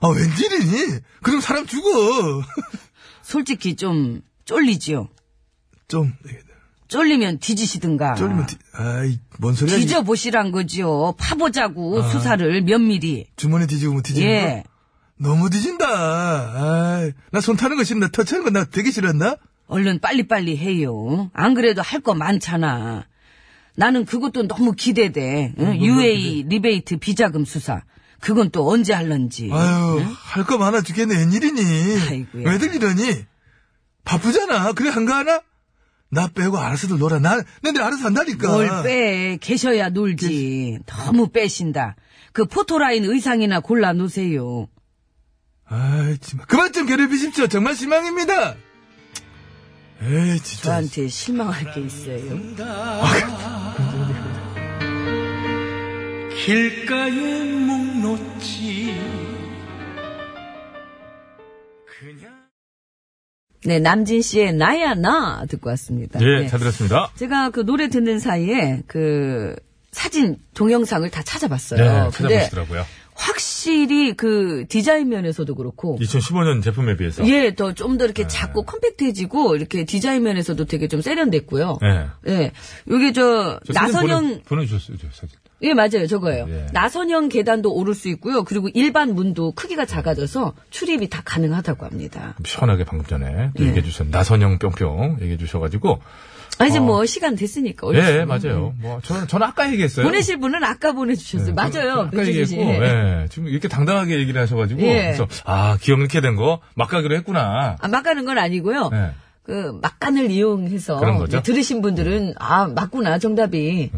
Speaker 8: 아, 웬일이니? 그럼 사람 죽어.
Speaker 2: 솔직히 좀 쫄리지요.
Speaker 8: 좀,
Speaker 2: 쫄리면 뒤지시든가.
Speaker 8: 쫄리면, 뒤- 아이, 뭔 소리야. 이게.
Speaker 2: 뒤져보시란 거지요. 파보자고 수사를 면밀히.
Speaker 8: 주머니 아. 뒤지고 뭐 뒤지는 거?
Speaker 2: 예.
Speaker 8: 너무 뒤진다. 나 손 타는 거 싫나? 터치는 거 나 되게 싫었나?
Speaker 2: 얼른 빨리빨리 해요. 안 그래도 할 거 많잖아. 나는 그것도 너무 음, 뭐 기대돼. 응? UA 리베이트 비자금 수사. 그건 또 언제 할런지.
Speaker 1: 네?
Speaker 8: 아유, 할 거 많아 죽겠네. 웬일이니?
Speaker 2: 아이고야.
Speaker 8: 왜들 이러니? 바쁘잖아. 그래, 한가하나? 나 빼고 알아서들 놀아. 나, 내들 알아서 한다니까.
Speaker 2: 뭘 빼. 계셔야 놀지. 너무 빼신다. 그 포토라인 의상이나 골라 놓으세요.
Speaker 8: 아이, 정말. 그만 좀 괴롭히십시오. 정말 실망입니다. 에이, 진짜.
Speaker 2: 저한테 실망할 게 있어요.
Speaker 5: 길가에 목 놓지
Speaker 2: 네, 남진 씨의 나야 나 듣고 왔습니다.
Speaker 3: 예,
Speaker 2: 네.
Speaker 3: 잘 들었습니다.
Speaker 2: 제가 그 노래 듣는 사이에 그 사진 동영상을 다 찾아봤어요.
Speaker 3: 네,
Speaker 2: 근데
Speaker 3: 찾아보시더라고요.
Speaker 2: 확실히 그 디자인 면에서도 그렇고
Speaker 3: 2015년 제품에 비해서.
Speaker 2: 예, 더 좀 더
Speaker 3: 네.
Speaker 2: 이렇게 작고 컴팩트해지고 이렇게 디자인 면에서도 되게 좀 세련됐고요.
Speaker 3: 예.
Speaker 2: 예. 요게 저
Speaker 3: 저 사진
Speaker 2: 나선형
Speaker 3: 보내, 주셨어요 사진.
Speaker 2: 예, 맞아요. 저거예요.
Speaker 3: 예.
Speaker 2: 나선형 계단도 오를 수 있고요. 그리고 일반 문도 크기가 작아져서 출입이 다 가능하다고 합니다.
Speaker 3: 시원하게 방금 전에 또
Speaker 2: 예.
Speaker 3: 얘기해 주셨 나선형 뿅뿅 얘기해 주셔가지고
Speaker 2: 아 이제
Speaker 3: 어.
Speaker 2: 뭐 시간 됐으니까
Speaker 3: 예
Speaker 2: 얼른
Speaker 3: 맞아요. 뭐 저는 저는 아까 얘기했어요.
Speaker 2: 보내실 분은 아까 보내주셨어요. 맞아요.
Speaker 3: 아까
Speaker 2: 배준수 씨.
Speaker 3: 네, 얘기했고 예. 지금 이렇게 당당하게 얘기를 하셔가지고
Speaker 2: 예.
Speaker 3: 그래서 아 기억 잃게 된 거 막 가기로 했구나.
Speaker 2: 아, 막 가는 건 아니고요.
Speaker 3: 예.
Speaker 2: 그 막간을 이용해서
Speaker 3: 그런 거죠?
Speaker 2: 들으신 분들은 아 맞구나 정답이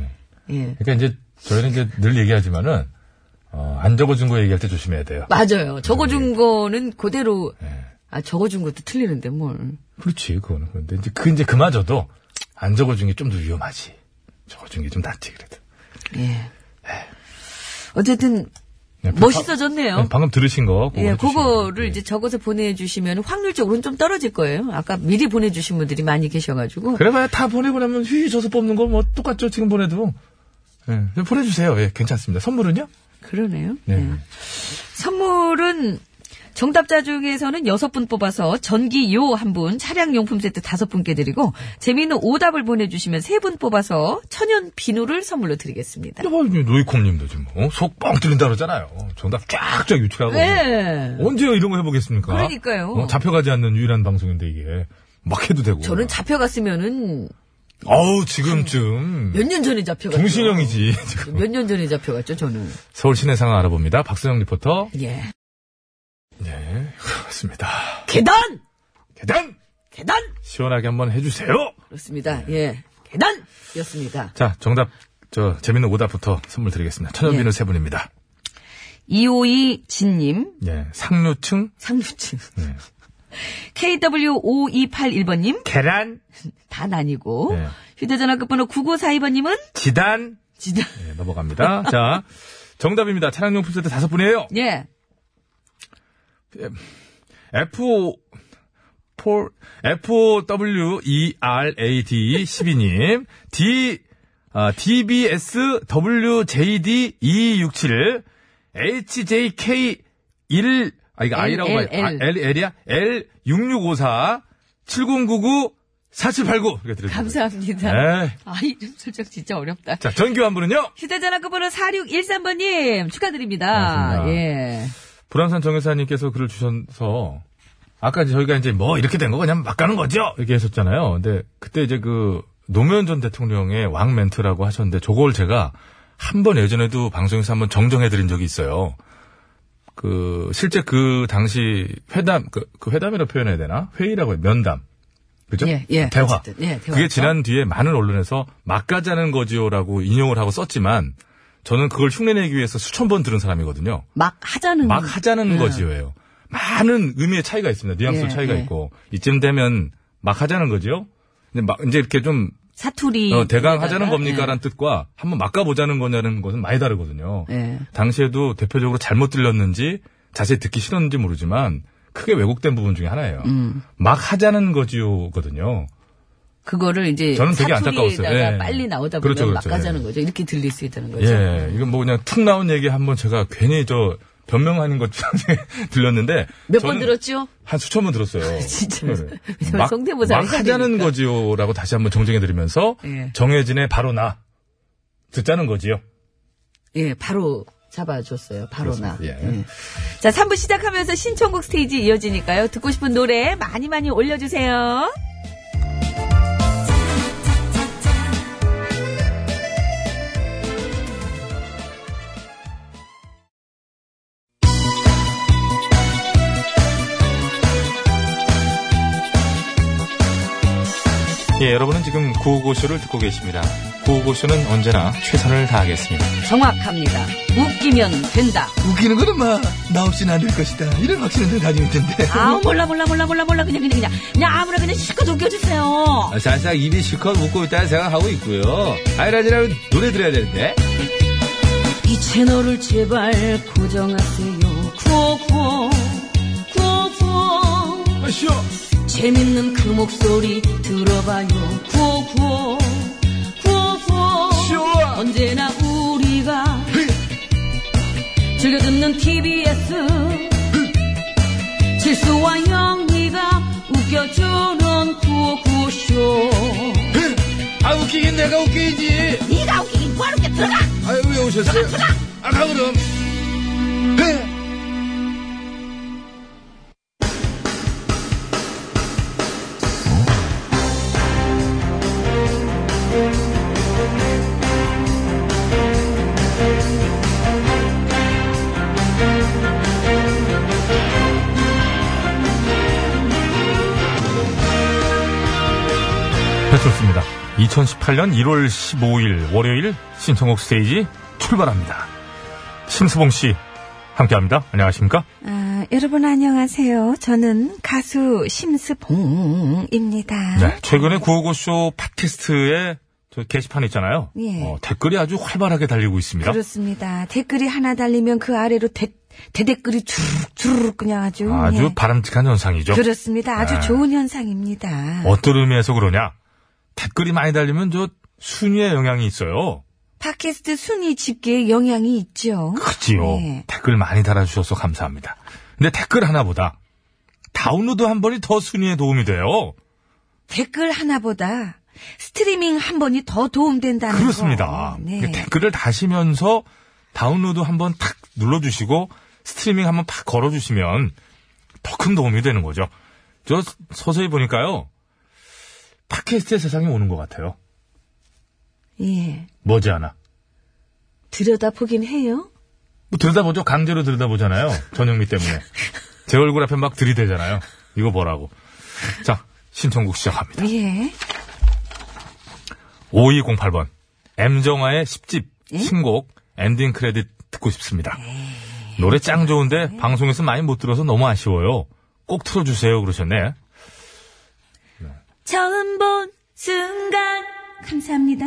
Speaker 2: 예
Speaker 3: 그러니까 이제 저희는 이제 늘 얘기하지만은 어, 안 적어준 거 얘기할 때 조심해야 돼요.
Speaker 2: 맞아요
Speaker 3: 예.
Speaker 2: 적어준 거는 그대로 아 적어준 것도 틀리는데 뭘
Speaker 3: 그렇지 그거는 그런데 이제 그 이제 그마저도 안 적어준 게 좀 더 위험하지. 적어준 게 좀 낫지 그래도.
Speaker 2: 예. 어쨌든
Speaker 3: 네,
Speaker 2: 멋있어졌네요.
Speaker 3: 네, 방금 들으신 거. 그거
Speaker 2: 예,
Speaker 3: 해주시면.
Speaker 2: 그거를
Speaker 3: 예.
Speaker 2: 이제 적어서 보내주시면 확률적으로는 좀 떨어질 거예요. 아까 미리 보내주신 분들이 많이 계셔가지고.
Speaker 3: 그래봐야 다 보내고 나면 휘휘 져서 뽑는 거 뭐 똑같죠 지금 보내도. 예, 좀 보내주세요. 예, 괜찮습니다. 선물은요?
Speaker 2: 그러네요.
Speaker 3: 네.
Speaker 2: 예. 선물은 정답자 중에서는 여섯 분 뽑아서 전기 요 한 분, 차량 용품 세트 다섯 분께 드리고 재미있는 오답을 보내주시면 세 분 뽑아서 천연 비누를 선물로 드리겠습니다.
Speaker 3: 여보, 이제 노이콤님도 지금 어? 속뻥 뚫린다 그러잖아요. 정답 쫙쫙 유출하고.
Speaker 2: 네.
Speaker 3: 언제 이런 거 해보겠습니까?
Speaker 2: 그러니까요.
Speaker 3: 어, 잡혀가지 않는 유일한 방송인데 이게 막 해도 되고.
Speaker 2: 저는 잡혀갔으면은
Speaker 3: 어우 지금쯤
Speaker 2: 몇 년 전에 잡혀갔죠.
Speaker 3: 동신형이지. 지금.
Speaker 2: 몇 년 전에 잡혀갔죠, 저는.
Speaker 3: 서울 시내 상황 알아봅니다. 박소영 리포터.
Speaker 2: 예.
Speaker 3: 예, 그렇습니다.
Speaker 2: 계단!
Speaker 3: 계단
Speaker 2: 계단!
Speaker 3: 시원하게 한번 해주세요.
Speaker 2: 그렇습니다.
Speaker 3: 네.
Speaker 2: 예. 계단! 이었습니다.
Speaker 3: 자, 정답 저 재밌는 오답부터 선물 드리겠습니다. 천연비누
Speaker 2: 예.
Speaker 3: 세 분입니다.
Speaker 2: 252진님,
Speaker 3: 예, 상류층
Speaker 2: 상류층.
Speaker 3: 네.
Speaker 2: KW5281번님,
Speaker 1: 계란,
Speaker 2: 단 아니고,
Speaker 3: 네.
Speaker 2: 휴대전화 끝번호 9942번님은
Speaker 1: 지단,
Speaker 2: 지단.
Speaker 3: 네, 넘어갑니다. 자, 정답입니다. 차량용품 세트 다섯 분이에요.
Speaker 2: 예.
Speaker 3: F, 4, E FOWERAD12님, D, 아, E DBSWJD267, HJK1, 아, 이거
Speaker 2: L,
Speaker 3: I라고
Speaker 2: L,
Speaker 3: 봐야, 아,
Speaker 2: L.
Speaker 3: L, L이야? L6654, 7099, 4789. 이렇게 드립니다.
Speaker 2: 감사합니다.
Speaker 3: 네.
Speaker 2: 아, 이름 설정 진짜 어렵다.
Speaker 3: 자, 전교 한 분은요?
Speaker 2: 휴대전화 끝번호 4613번님, 축하드립니다.
Speaker 3: 고맙습니다.
Speaker 2: 예.
Speaker 3: 불안산 정혜사님께서 글을 주셔서 아까 이제 저희가 이제 뭐 이렇게 된 거 그냥 막 가는 거죠 이렇게 했었잖아요. 근데 그때 이제 그 노무현 전 대통령의 왕 멘트라고 하셨는데 저걸 제가 한 번 예전에도 방송에서 한 번 정정해 드린 적이 있어요. 그 실제 그 당시 회담 그, 그 회담이라 고 표현해야 되나 회의라고 해요 면담 그죠
Speaker 2: 예, 예.
Speaker 3: 대화
Speaker 2: 어쨌든, 예, 대화죠.
Speaker 3: 그게 지난 뒤에 많은 언론에서 막가자는 거지요라고 인용을 하고 썼지만 저는 그걸 흉내내기 위해서 수천 번 들은 사람이거든요.
Speaker 2: 막 하자는.
Speaker 3: 막 하자는
Speaker 2: 음.
Speaker 3: 거지요. 많은 의미의 차이가 있습니다. 뉘앙스
Speaker 2: 예,
Speaker 3: 차이가
Speaker 2: 예.
Speaker 3: 있고 이쯤 되면 막 하자는 거지요. 이제 막 이제 이렇게 좀
Speaker 2: 사투리.
Speaker 3: 어, 대강 하자는
Speaker 2: 에다가,
Speaker 3: 겁니까라는 뜻과 한번 막 가보자는 거냐는 것은 많이 다르거든요.
Speaker 2: 예. 예.
Speaker 3: 당시에도 대표적으로 잘못 들렸는지 자세히 듣기 싫었는지 모르지만 크게 왜곡된 부분 중에 하나예요.
Speaker 2: 음.
Speaker 3: 막 하자는 거지요거든요.
Speaker 2: 그거를 이제
Speaker 3: 저는 되게 안타까웠어요.
Speaker 2: 사투리에다가
Speaker 3: 예.
Speaker 2: 빨리 나오다 보면
Speaker 3: 그렇죠,
Speaker 2: 막
Speaker 3: 그렇죠.
Speaker 2: 가자는 거죠. 이렇게 들릴 수 있다는 거죠.
Speaker 3: 예, 이건 뭐 그냥 툭 나온 얘기 한번 제가 괜히 저 변명하는 것처럼 들렸는데
Speaker 2: 몇 번
Speaker 3: 저는
Speaker 2: 들었죠?
Speaker 3: 한 수천 번 들었어요.
Speaker 2: 진짜.
Speaker 3: 네.
Speaker 2: 왜냐면 성대모사를
Speaker 3: 막
Speaker 2: 해야
Speaker 3: 하자는
Speaker 2: 되니까.
Speaker 3: 거지요라고 다시 한번 정정해드리면서
Speaker 2: 예.
Speaker 3: 정혜진의 바로 나 듣자는 거지요.
Speaker 2: 예, 바로 잡아줬어요. 바로 나.
Speaker 3: 그렇습니다. 예.
Speaker 2: 예. 자, 3부 시작하면서 신청곡 스테이지 이어지니까요. 듣고 싶은 노래 많이 많이 올려주세요.
Speaker 3: 예, 여러분은 지금 구호고쇼를 듣고 계십니다. 구호고쇼는 언제나 최선을 다하겠습니다.
Speaker 2: 정확합니다. 웃기면 된다.
Speaker 8: 웃기는 건 엄마 나 없이는 안 될 것이다 이런 확신을 늘 가지고 있던데
Speaker 2: 아 몰라 몰라 몰라 몰라 몰라 그냥 그냥 그냥 그냥 아무나 그냥 실컷 웃겨주세요.
Speaker 3: 아, 살짝 입이 실컷 웃고 있다는 생각하고 있고요. 아이라지라면 노래 들어야 되는데.
Speaker 2: 이 채널을 제발 고정하세요. 구호구호 구호구호
Speaker 3: 아시오.
Speaker 2: 재밌는 그 목소리 들어봐요. 구호구호 구호구호 언제나 우리가 즐겨 듣는 TBS 실수와 영리가 웃겨주는 구호구호쇼.
Speaker 3: 아, 웃기긴 내가 웃기지.
Speaker 2: 네가 웃기긴 뭐하러 이렇게 들어가.
Speaker 3: 아유, 왜 오셨어요? 아, 가 그럼. 네. 배철수입니다. 2018년 1월 15일 월요일 신청곡 스테이지 출발합니다. 심수봉 씨 함께합니다. 안녕하십니까? 네,
Speaker 2: 아, 여러분 안녕하세요. 저는 가수 심스봉입니다.
Speaker 3: 네. 최근에 구호고쇼 팟캐스트에 저 게시판 있잖아요.
Speaker 2: 예.
Speaker 3: 어, 댓글이 아주 활발하게 달리고 있습니다.
Speaker 2: 그렇습니다. 댓글이 하나 달리면 그 아래로 대, 대댓글이 주르륵 주르륵 그냥 아주
Speaker 3: 아주
Speaker 2: 예.
Speaker 3: 바람직한 현상이죠.
Speaker 2: 그렇습니다. 아주
Speaker 3: 네.
Speaker 2: 좋은 현상입니다.
Speaker 3: 어떤 의미에서 그러냐? 댓글이 많이 달리면 저 순위에 영향이 있어요.
Speaker 2: 팟캐스트 순위 집계에 영향이 있죠.
Speaker 3: 그지요.
Speaker 2: 네.
Speaker 3: 댓글 많이 달아주셔서 감사합니다. 근데 댓글 하나보다 다운로드 한 번이 더 순위에 도움이 돼요.
Speaker 2: 댓글 하나보다 스트리밍 한 번이 더 도움된다는 거.
Speaker 3: 아, 그렇습니다.
Speaker 2: 네.
Speaker 3: 그러니까 댓글을 다시면서 다운로드 한번 탁 눌러주시고 스트리밍 한번 팍 걸어주시면 더 큰 도움이 되는 거죠. 저 서- 서서히 보니까요. 팟캐스트의 세상이 오는 것 같아요.
Speaker 2: 예.
Speaker 3: 머지않아.
Speaker 2: 들여다보긴 해요.
Speaker 3: 뭐 들여다보죠. 강제로 들여다보잖아요. 전영미 때문에. 제 얼굴 앞에 막 들이대잖아요. 이거 보라고. 자, 신청곡 시작합니다.
Speaker 2: 예.
Speaker 3: 5208번. 엠정화의 10집 신곡 엔딩 크레딧 듣고 싶습니다. 노래 짱 좋은데 방송에서 많이 못 들어서 너무 아쉬워요. 꼭 틀어주세요. 그러셨네.
Speaker 2: 처음 본 순간 감사합니다.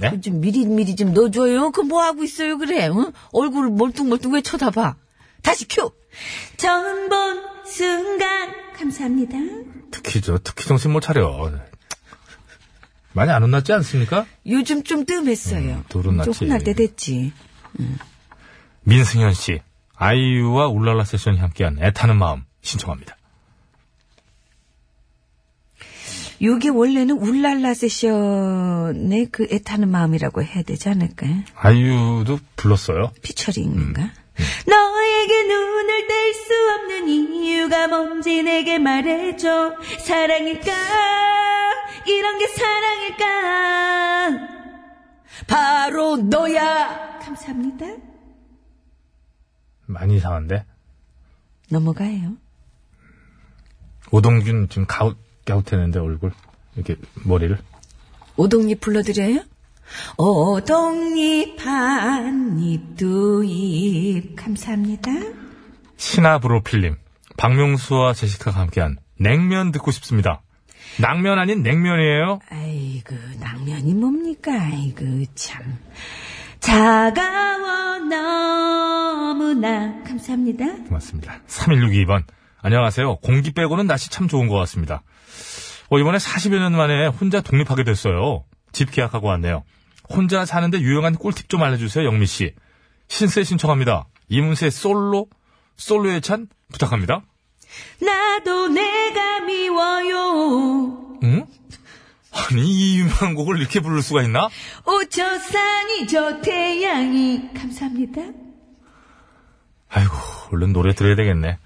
Speaker 3: 네?
Speaker 2: 그좀 미리 미리 좀 넣어줘요. 그 뭐 하고 있어요 그래? 응? 얼굴을 멀뚱멀뚱 왜 쳐다봐? 다시 큐. 처음 본 순간 감사합니다.
Speaker 3: 특히 저, 특히 정신 못 차려. 많이 안 혼났지 않습니까?
Speaker 2: 요즘 좀 뜸했어요.
Speaker 3: 음, 둘은
Speaker 2: 좀
Speaker 3: 낫지.
Speaker 2: 혼날 때 됐지.
Speaker 3: 민승현 씨, 아이유와 울랄라 세션이 함께한 애타는 마음 신청합니다.
Speaker 2: 요게 원래는 울랄라 세션의 그 애타는 마음이라고 해야 되지 않을까요?
Speaker 3: 아이유도 불렀어요.
Speaker 2: 피처링인가? 너에게 눈을 뗄 수 없는 이유가 뭔지 내게 말해줘. 사랑일까? 이런 게 사랑일까? 바로 너야! 감사합니다.
Speaker 3: 많이 이상한데?
Speaker 2: 넘어가요.
Speaker 3: 오동균 지금 가웃, 갸웃했는데 얼굴. 이렇게 머리를.
Speaker 2: 오동잎 불러드려요? 오동잎, 한잎, 두잎. 감사합니다.
Speaker 3: 신하브로필님, 박명수와 제시카가 함께한 냉면 듣고 싶습니다. 냉면 아닌 냉면이에요.
Speaker 2: 아이고, 낭면이 뭡니까? 아이고, 참. 차가워, 너무나. 감사합니다.
Speaker 3: 고맙습니다. 3162번. 안녕하세요. 공기 빼고는 날씨 참 좋은 것 같습니다. 어, 이번에 40여 년 만에 혼자 독립하게 됐어요. 집 계약하고 왔네요. 혼자 사는데 유용한 꿀팁 좀 알려주세요, 영미 씨. 신세 신청합니다. 이문세 솔로, 솔로의 찬 부탁합니다.
Speaker 2: 나도 내가 미워요.
Speaker 3: 응? 아니, 이 유명한 곡을 이렇게 부를 수가 있나?
Speaker 2: 오초산이 저 태양이. 감사합니다.
Speaker 3: 아이고, 얼른 노래 들어야 되겠네.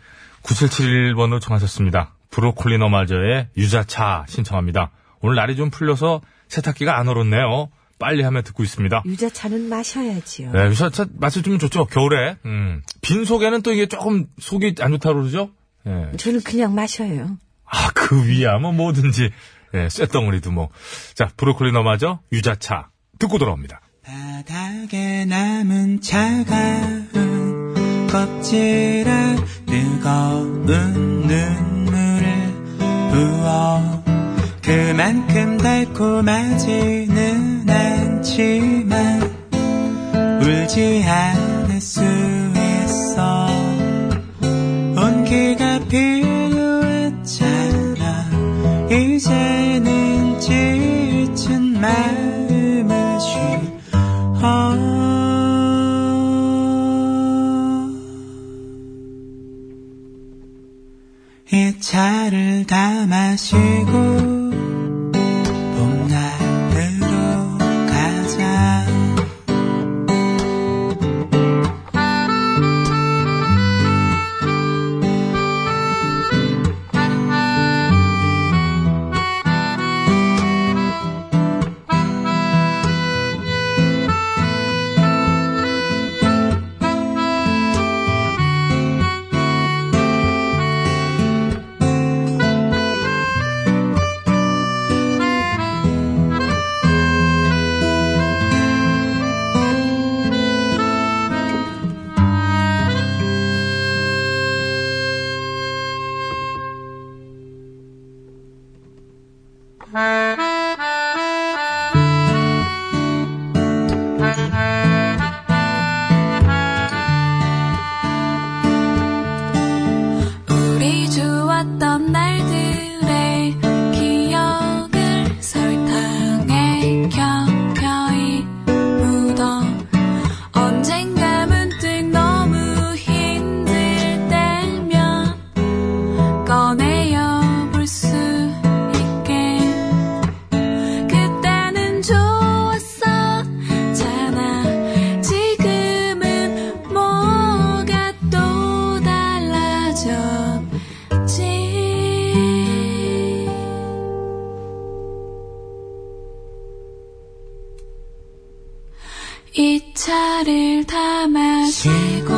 Speaker 3: 9771번으로 청하셨습니다. 브로콜리 너마저의 유자차 신청합니다. 오늘 날이 좀 풀려서 세탁기가 안 얼었네요. 빨리 하며 듣고 있습니다.
Speaker 2: 유자차는 마셔야지요.
Speaker 3: 네, 유자차 맛이 좀 좋죠. 겨울에. 음. 빈 속에는 또 이게 조금 속이 안 좋다고 그러죠? 예.
Speaker 2: 저는 그냥 마셔요.
Speaker 3: 아, 그 위야, 뭐, 뭐든지. 예, 쇳덩어리도 뭐. 자, 브로콜리 너마저 유자차 듣고 돌아옵니다.
Speaker 5: 바닥에 남은 차가운 껍질에 뜨거운 눈물을 부어 그만큼 달콤하지는 않지만 울지 않을 수 있어 온기가 필요했잖아 이제는 지친 마음을 쉬 아, 이 차를 다 마시고 봄날으로 가자
Speaker 9: 우리 좋았던 날들의 기억을 설탕에 켜켜이 묻어 언젠가 문득 너무 힘들 때면 꺼내어 볼 수 있게 그때는 좋았었잖아 지금은 뭐가 또 달라졌지 이 차를 다 마시고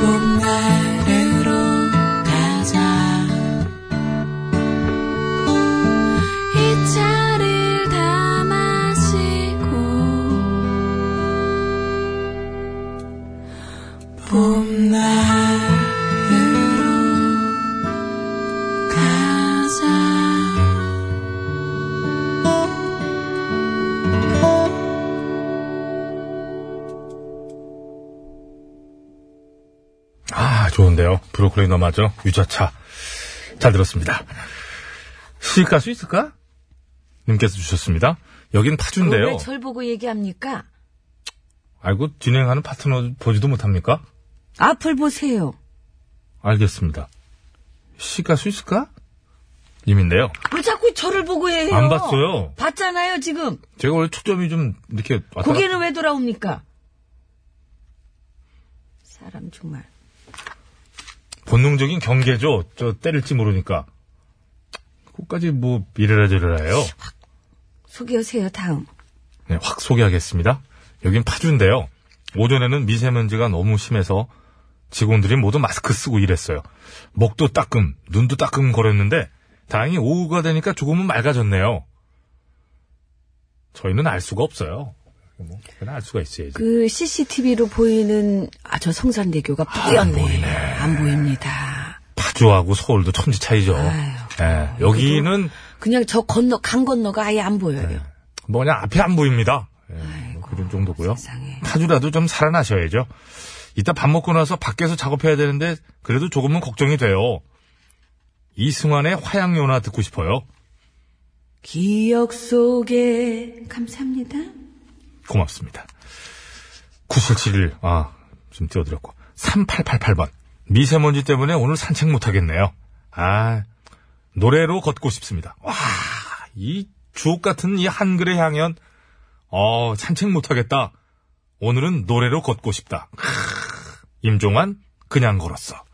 Speaker 9: 봄날으로 가자 이 차를 다 마시고 봄날으로
Speaker 3: 아, 좋은데요. 브로콜리 너마저 유자차. 잘 들었습니다. 수익 가수 있을까? 님께서 주셨습니다. 여긴 파주인데요.
Speaker 2: 왜절 보고 얘기합니까?
Speaker 3: 알고 진행하는 파트너 보지도 못합니까?
Speaker 2: 앞을 보세요.
Speaker 3: 알겠습니다. 시가수 있을까? 님인데요.
Speaker 2: 왜 자꾸 저를 보고 해요?
Speaker 3: 안 봤어요.
Speaker 2: 봤잖아요, 지금.
Speaker 3: 제가 원래 초점이 좀 이렇게 왔다 갔다-
Speaker 2: 고개는 왜 돌아옵니까? 사람 정말.
Speaker 3: 본능적인 경계죠. 저 때릴지 모르니까. 끝까지 뭐 이래라 저래라 해요.
Speaker 2: 소개하세요, 다음.
Speaker 3: 네, 확 소개하겠습니다. 여긴 파주인데요. 오전에는 미세먼지가 너무 심해서 직원들이 모두 마스크 쓰고 일했어요. 목도 따끔, 눈도 따끔 거렸는데 다행히 오후가 되니까 조금은 맑아졌네요. 저희는 알 수가 없어요. 뭐, 그냥 알 수가 있어야지.
Speaker 2: 그 CCTV로 보이는 아 저 성산대교가 뿌였네. 안 보입니다.
Speaker 3: 파주하고 서울도 천지 차이죠.
Speaker 2: 아유,
Speaker 3: 예, 여기는
Speaker 2: 그냥 저 건너 강 건너가 아예 안 보여요.
Speaker 3: 뭐냐 앞이 안 보입니다. 예, 뭐 그런 정도고요.
Speaker 2: 세상에.
Speaker 3: 파주라도 좀 살아나셔야죠. 이따 밥 먹고 나서 밖에서 작업해야 되는데 그래도 조금은 걱정이 돼요. 이승환의 화양요나 듣고 싶어요.
Speaker 2: 기억 속에 감사합니다.
Speaker 3: 고맙습니다. 9771, 아, 좀 띄워드렸고. 3888번. 미세먼지 때문에 오늘 산책 못하겠네요. 아, 노래로 걷고 싶습니다. 와, 이 주옥 같은 이 한글의 향연. 어, 산책 못하겠다. 오늘은 노래로 걷고 싶다. 크으, 임종환, 그냥 걸었어.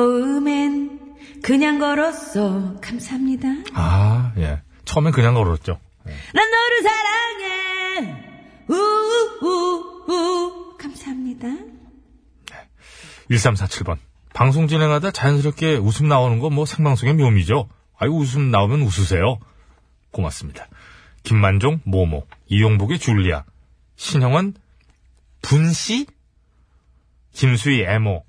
Speaker 2: 처음엔 그냥 걸었어. 감사합니다.
Speaker 3: 아, 예. 처음엔 그냥 걸었죠.
Speaker 2: 난 너를 사랑해. 우우우 감사합니다.
Speaker 3: 1347번. 방송 진행하다 자연스럽게 웃음 나오는 거 뭐 생방송의 묘미죠. 아이고, 웃음 나오면 웃으세요. 고맙습니다. 김만종, 모모, 이용복의 줄리아, 신형원, 분씨, 김수희, 애모,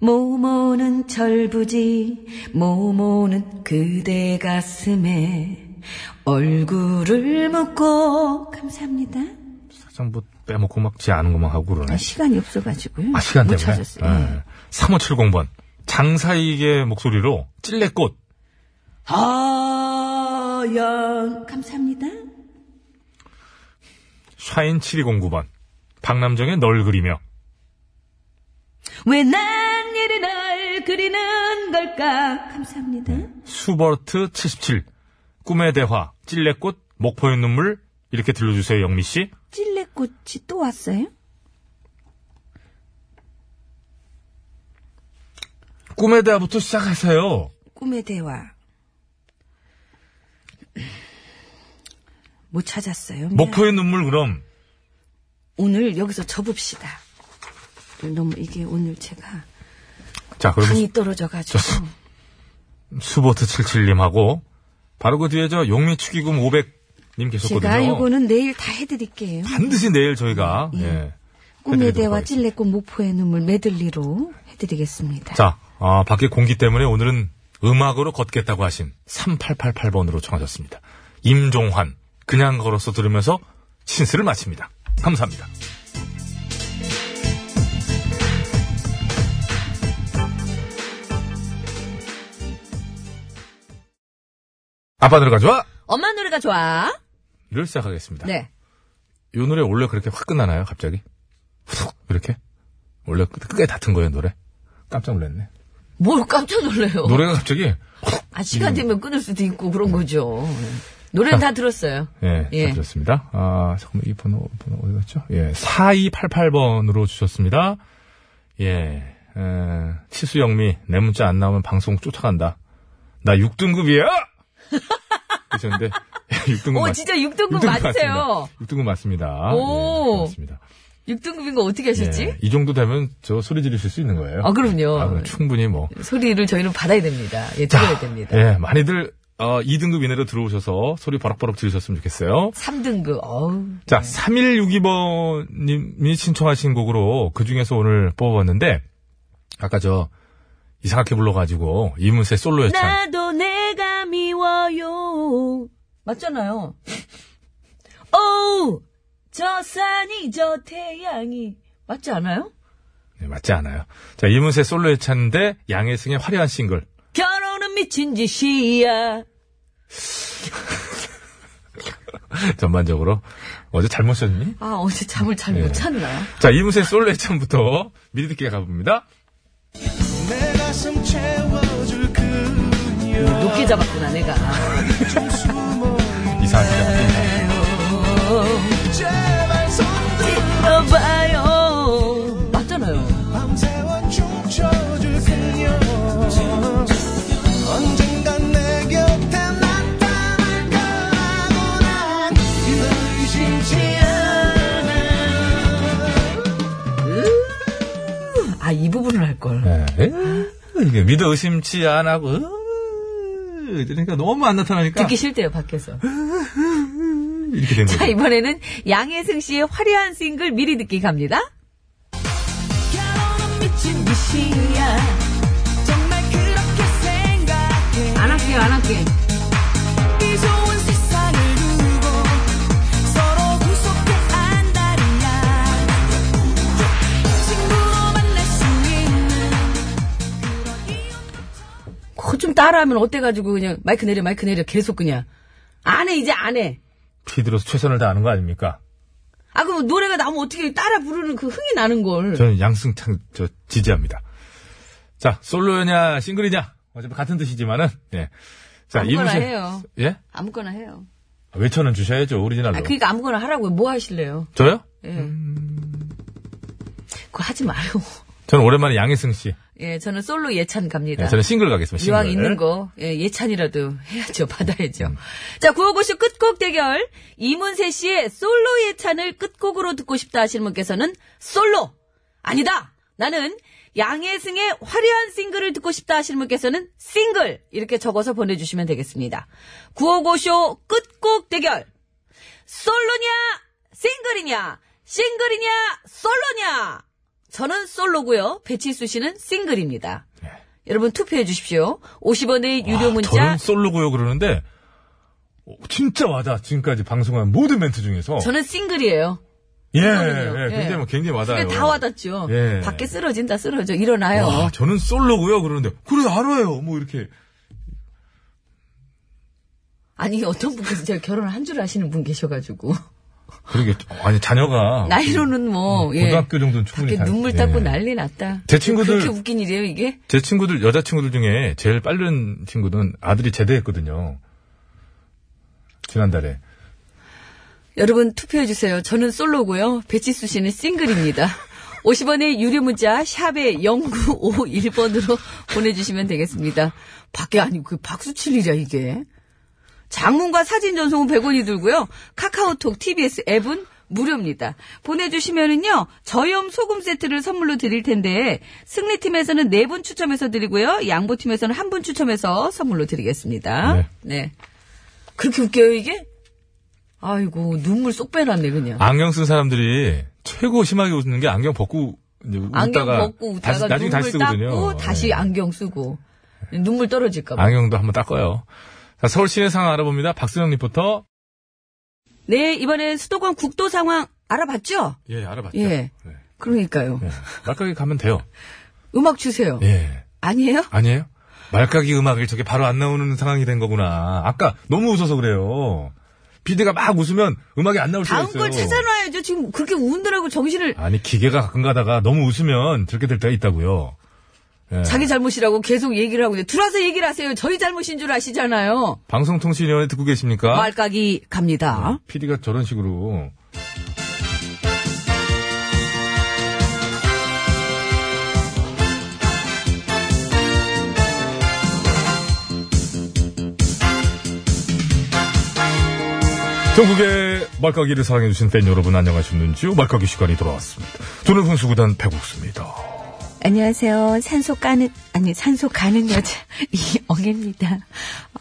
Speaker 2: 모모는 철부지 모모는 그대 가슴에 얼굴을 묻고 감사합니다.
Speaker 3: 사장 뭐 빼먹고 막지 않은 것만 하고 그러네.
Speaker 2: 아, 시간이 없어가지고요.
Speaker 3: 아, 시간
Speaker 2: 못
Speaker 3: 때문에.
Speaker 2: 찾았어요. 네.
Speaker 3: 3570번. 장사익의 목소리로 찔레꽃,
Speaker 2: 하얀 감사합니다.
Speaker 3: 샤인 7209번. 박남정의 널 그리며,
Speaker 2: 왜 난 이리 널 그리는 걸까? 감사합니다.
Speaker 3: 수버트 77, 꿈의 대화, 찔레꽃, 목포의 눈물, 이렇게 들려주세요, 영미 씨.
Speaker 2: 찔레꽃이 또 왔어요?
Speaker 3: 꿈의 대화부터 시작하세요.
Speaker 2: 꿈의 대화. 못 찾았어요. 미안.
Speaker 3: 목포의 눈물, 그럼.
Speaker 2: 오늘 여기서 접읍시다. 너무 이게 오늘 제가
Speaker 3: 자, 그러면
Speaker 2: 방이 떨어져가지고.
Speaker 3: 수버트 77님하고, 바로 그 뒤에 저 용미 축의금 500님
Speaker 2: 제가
Speaker 3: 계셨거든요.
Speaker 2: 이거는 내일 다 해드릴게요.
Speaker 3: 반드시 내일 저희가,
Speaker 2: 예.
Speaker 3: 예.
Speaker 2: 꿈의
Speaker 3: 해드리도록
Speaker 2: 대화
Speaker 3: 하겠습니다.
Speaker 2: 찔레꽃 목포의 눈물 메들리로 해드리겠습니다.
Speaker 3: 자, 아, 밖에 공기 때문에 오늘은 음악으로 걷겠다고 하신 3888번으로 청하셨습니다. 임종환, 그냥 걸어서 들으면서 신스를 마칩니다. 감사합니다. 아빠 노래 가져와!
Speaker 2: 엄마 노래가 좋아.
Speaker 3: 를 시작하겠습니다.
Speaker 2: 네.
Speaker 3: 이 노래 원래 그렇게 확 끝나나요, 갑자기? 후둑, 이렇게? 원래 끝- 끝에 닿은 거예요, 노래? 깜짝 놀랐네.
Speaker 2: 뭘 깜짝 놀라요.
Speaker 3: 노래가 음. 갑자기,
Speaker 2: 아, 시간 되면 끊을 수도 있고 그런 거죠. 노래는 다 들었어요.
Speaker 3: 예,
Speaker 2: 예.
Speaker 3: 잘 들었습니다. 아, 잠깐만, 이 번호, 번호 어디 갔죠? 예, 4288번으로 주셨습니다. 예, 에, 치수영미, 내 문자 안 나오면 방송 쫓아간다. 나 6등급이야! 그러셨는데, 예, 6등급
Speaker 2: 오, 진짜 6등급 맞으세요.
Speaker 3: 6등급 맞습니다.
Speaker 2: 오.
Speaker 3: 예, 맞습니다.
Speaker 2: 6등급인 거 어떻게 하셨지?
Speaker 3: 예, 이 정도 되면 저 소리 지르실 수 있는 거예요.
Speaker 2: 아, 그럼요.
Speaker 3: 아, 그럼 충분히 뭐.
Speaker 2: 소리를 저희는 받아야 됩니다. 예, 들어야 됩니다.
Speaker 3: 예, 많이들, 어, 2등급 이내로 들어오셔서 소리 버럭버럭 지르셨으면 좋겠어요.
Speaker 2: 3등급, 어우. 네.
Speaker 3: 자, 3162번님이 신청하신 곡으로 그 중에서 오늘 뽑았는데, 아까 저, 이상하게 불러가지고, 이문세
Speaker 2: 네.
Speaker 3: 솔로였잖아.
Speaker 2: 나도 내가 미워요. 맞잖아요. 어우, 저 산이, 저 태양이. 맞지 않아요?
Speaker 3: 네, 맞지 않아요. 자, 이문세 솔로 예찬인데 양혜승의 화려한 싱글.
Speaker 2: 결혼은 미친 짓이야.
Speaker 3: 전반적으로. 어제 잘못 썼니?
Speaker 2: 아, 어제 잠을 잘
Speaker 3: 예.
Speaker 2: 못 잤나?
Speaker 3: 자, 이문세 솔로 예찬부터 미리 듣게 가봅니다.
Speaker 5: 내 가슴 채워줄 그 그녀
Speaker 2: 높게 잡았구나, 내가.
Speaker 3: 이상하게.
Speaker 5: 제발 손들어
Speaker 2: 봐요. 맞잖아요.
Speaker 5: 밤새워 춤춰줄 그녀 언젠간 내 곁에 나타날 거라고 난 의심치 않아
Speaker 2: 아, 이 부분을 할걸.
Speaker 3: 네. 에이, 이게 믿어 의심치 안 하고, 으, 그러니까 너무 안 나타나니까.
Speaker 2: 듣기 싫대요, 밖에서.
Speaker 3: 이렇게 된
Speaker 2: 자,
Speaker 3: 거죠.
Speaker 2: 이번에는 양혜승 씨의 화려한 싱글 미리 듣기 갑니다.
Speaker 7: 결혼은 미친 짓이야 정말 그렇게 생각해
Speaker 2: 안 할게요, 안 할게.
Speaker 7: 이 좋은 세상을 두고 서로 구속해 안달이야 친구로 만날 수 있는 그런
Speaker 2: 그거 좀 따라하면 어때가지고 그냥 마이크 내려, 마이크 내려. 계속 그냥. 안 해, 이제 안 해.
Speaker 3: 피디로서 최선을 다하는 거 아닙니까?
Speaker 2: 아, 그럼 노래가 나오면 어떻게 따라 부르는 그 흥이 나는 걸.
Speaker 3: 저는 양승창 저 지지합니다. 자 솔로냐 싱글이냐 어차피 같은 뜻이지만은 예. 자
Speaker 2: 아무거나
Speaker 3: 이문세-
Speaker 2: 해요.
Speaker 3: 예
Speaker 2: 아무거나 해요.
Speaker 3: 아, 외쳐는 주셔야죠 오리지널로.
Speaker 2: 아, 그니까 아무거나 하라고요. 뭐 하실래요?
Speaker 3: 저요?
Speaker 2: 예. 그거 하지 마요.
Speaker 3: 저는 오랜만에 양혜승 씨.
Speaker 2: 예, 저는 솔로 예찬 갑니다.
Speaker 3: 예, 저는 싱글 가겠습니다. 싱글.
Speaker 2: 이왕 있는 거, 예, 찬이라도 해야죠. 받아야죠. 자, 구호고쇼 끝곡 대결. 이문세 씨의 솔로 예찬을 끝곡으로 듣고 싶다 하시는 분께서는 솔로! 아니다! 나는 양혜승의 화려한 싱글을 듣고 싶다 하시는 분께서는 싱글! 이렇게 적어서 보내주시면 되겠습니다. 구호고쇼 끝곡 대결. 솔로냐? 싱글이냐? 싱글이냐? 솔로냐? 저는 솔로고요. 배치수 씨는 싱글입니다. 여러분 투표해 주십시오. 50원의 유료
Speaker 3: 아,
Speaker 2: 문자.
Speaker 3: 네. 저는 솔로고요 그러는데 어, 진짜 와다 지금까지 방송한 모든 멘트 중에서
Speaker 2: 저는, 싱글이에요.
Speaker 3: 예,
Speaker 2: 솔로는요.
Speaker 3: 예,
Speaker 2: 예.
Speaker 3: 굉장히 뭐 굉장히 와닿아요.
Speaker 2: 근데 다 와닿죠.
Speaker 3: 예.
Speaker 2: 밖에 쓰러진다 쓰러져 일어나요.
Speaker 3: 와, 저는 솔로고요 그러는데 그래 알아요 뭐 이렇게
Speaker 2: 아니 어떤 분께서 제가 결혼을 한 줄 아시는 분 계셔가지고
Speaker 3: 그러게 아니 자녀가
Speaker 2: 나이로는 뭐 예.
Speaker 3: 그 고등학교 정도는
Speaker 2: 밖에
Speaker 3: 충분히 다-
Speaker 2: 눈물
Speaker 3: 예.
Speaker 2: 닦고 난리 났다.
Speaker 3: 제 친구들-
Speaker 2: 그렇게 웃긴 일이에요 이게.
Speaker 3: 제 친구들 여자 친구들 중에 제일 빠른 친구는 아들이 제대했거든요. 지난달에
Speaker 2: 여러분 투표해 주세요. 저는 솔로고요. 배치수 씨는 싱글입니다. 50원의 유료 문자 샵에 0951번으로 보내주시면 되겠습니다. 밖에 아니고 그 박수 칠 일이야 이게. 장문과 사진 전송은 100원이 들고요. 카카오톡, TBS 앱은 무료입니다. 보내주시면은요, 저염 소금 세트를 선물로 드릴 텐데, 승리팀에서는 4분 추첨해서 드리고요, 양보팀에서는 1분 추첨해서 선물로 드리겠습니다.
Speaker 3: 네.
Speaker 2: 네. 그렇게 웃겨요, 이게? 아이고, 눈물 쏙 빼놨네, 그냥.
Speaker 3: 안경 쓴 사람들이 최고 심하게 웃는 게 안경 벗고 이제 웃다가
Speaker 2: 안경 벗고 웃다가
Speaker 3: 다시,
Speaker 2: 눈물
Speaker 3: 나중에 다시 쓰거든요. 네.
Speaker 2: 닦고, 다시
Speaker 3: 예.
Speaker 2: 안경 쓰고. 눈물 떨어질까봐.
Speaker 3: 안경도 한번 닦아요. 자, 서울 시내 상황 알아봅니다. 박수영 리포터.
Speaker 2: 네, 이번엔 수도권 국도 상황 알아봤죠?
Speaker 3: 예, 알아봤죠.
Speaker 2: 예.
Speaker 3: 네.
Speaker 2: 그러니까요.
Speaker 3: 예. 말까기 가면 돼요.
Speaker 2: 음악 주세요.
Speaker 3: 예.
Speaker 2: 아니에요?
Speaker 3: 아니에요? 말까기 음악이 저게 바로 안 나오는 상황이 된 거구나. 아까 너무 웃어서 그래요. 비디가 막 웃으면 음악이 안 나올 수가
Speaker 2: 다음
Speaker 3: 있어요.
Speaker 2: 걸 찾아놔야죠. 지금 그렇게 우느라고 정신을
Speaker 3: 아니 기계가 가끔 가다가 너무 웃으면 저렇게 될 때가 있다고요. 예.
Speaker 2: 자기 잘못이라고 계속 얘기를 하고 있는데 들어와서 얘기를 하세요. 저희 잘못인 줄 아시잖아요.
Speaker 3: 방송통신위원회 듣고
Speaker 2: 아,
Speaker 3: 계십니까?
Speaker 2: 말까기 갑니다.
Speaker 3: PD가 저런 식으로 전국의 말까기를 사랑해주신 팬 여러분 안녕하셨는지요? 말까기 시간이 돌아왔습니다. 저는 훈수구단 배국수입니다.
Speaker 2: 안녕하세요. 산소 까는 아니 산소 가는 여자 이엉입니다 어,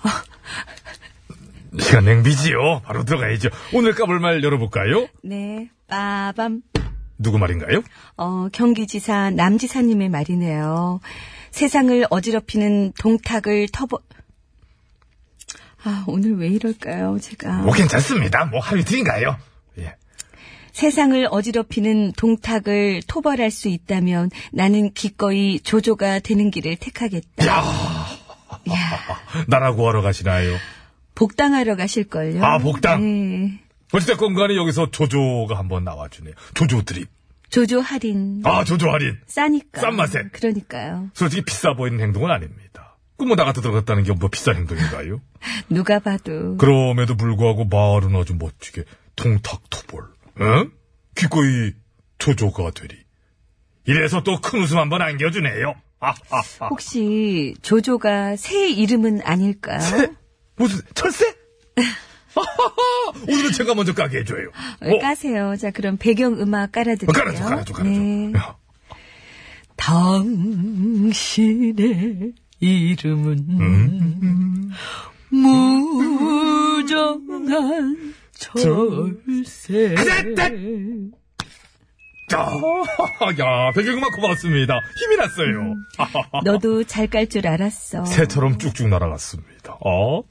Speaker 3: 시간 냉비지요. 바로 들어가야죠. 오늘 까볼 말 열어볼까요?
Speaker 2: 네, 빠밤.
Speaker 3: 누구 말인가요?
Speaker 2: 어, 경기지사 남지사님의 말이네요. 세상을 어지럽히는 동탁을 터버. 아 오늘 왜 이럴까요? 제가
Speaker 3: 뭐 괜찮습니다. 뭐 하루 이틀인가요? 뭐 예.
Speaker 2: 세상을 어지럽히는 동탁을 토벌할 수 있다면 나는 기꺼이 조조가 되는 길을 택하겠다. 야,
Speaker 3: 나라 구하러 가시나요?
Speaker 2: 복당하러 가실걸요?
Speaker 3: 아, 복당.
Speaker 2: 네.
Speaker 3: 어찌됐건 간에 여기서 조조가 한번 나와주네요. 조조 드립.
Speaker 2: 조조 할인.
Speaker 3: 아, 조조 할인.
Speaker 2: 싸니까.
Speaker 3: 싼 맛에.
Speaker 2: 그러니까요.
Speaker 3: 솔직히 비싸 보이는 행동은 아닙니다. 그뭐 나가서 들어갔다는 게 뭐 비싼 행동인가요?
Speaker 2: 누가 봐도.
Speaker 3: 그럼에도 불구하고 말은 아주 멋지게 동탁토벌. 응? 기꺼이 조조가 되리. 이래서 또 큰 웃음 한번 안겨주네요. 아, 아,
Speaker 2: 어?
Speaker 3: 아.
Speaker 2: 혹시 조조가 새 이름은 아닐까요?
Speaker 3: 무슨 철새? 오늘은 제가 먼저 가게 해줘요.
Speaker 2: 어,
Speaker 3: 어,
Speaker 2: 까세요. 자, 그럼 배경 음악 깔아드릴게요.
Speaker 3: 깔아줘, 깔아줘, 깔아줘.
Speaker 2: 네.
Speaker 3: 야,
Speaker 2: 당신의 이름은 무정한 철새.
Speaker 3: 자, 야, 배경음악 고맙습니다. 힘이 났어요. 아하하.
Speaker 2: 너도 잘 깔 줄 알았어.
Speaker 3: 새처럼 쭉쭉 날아갔습니다. 어?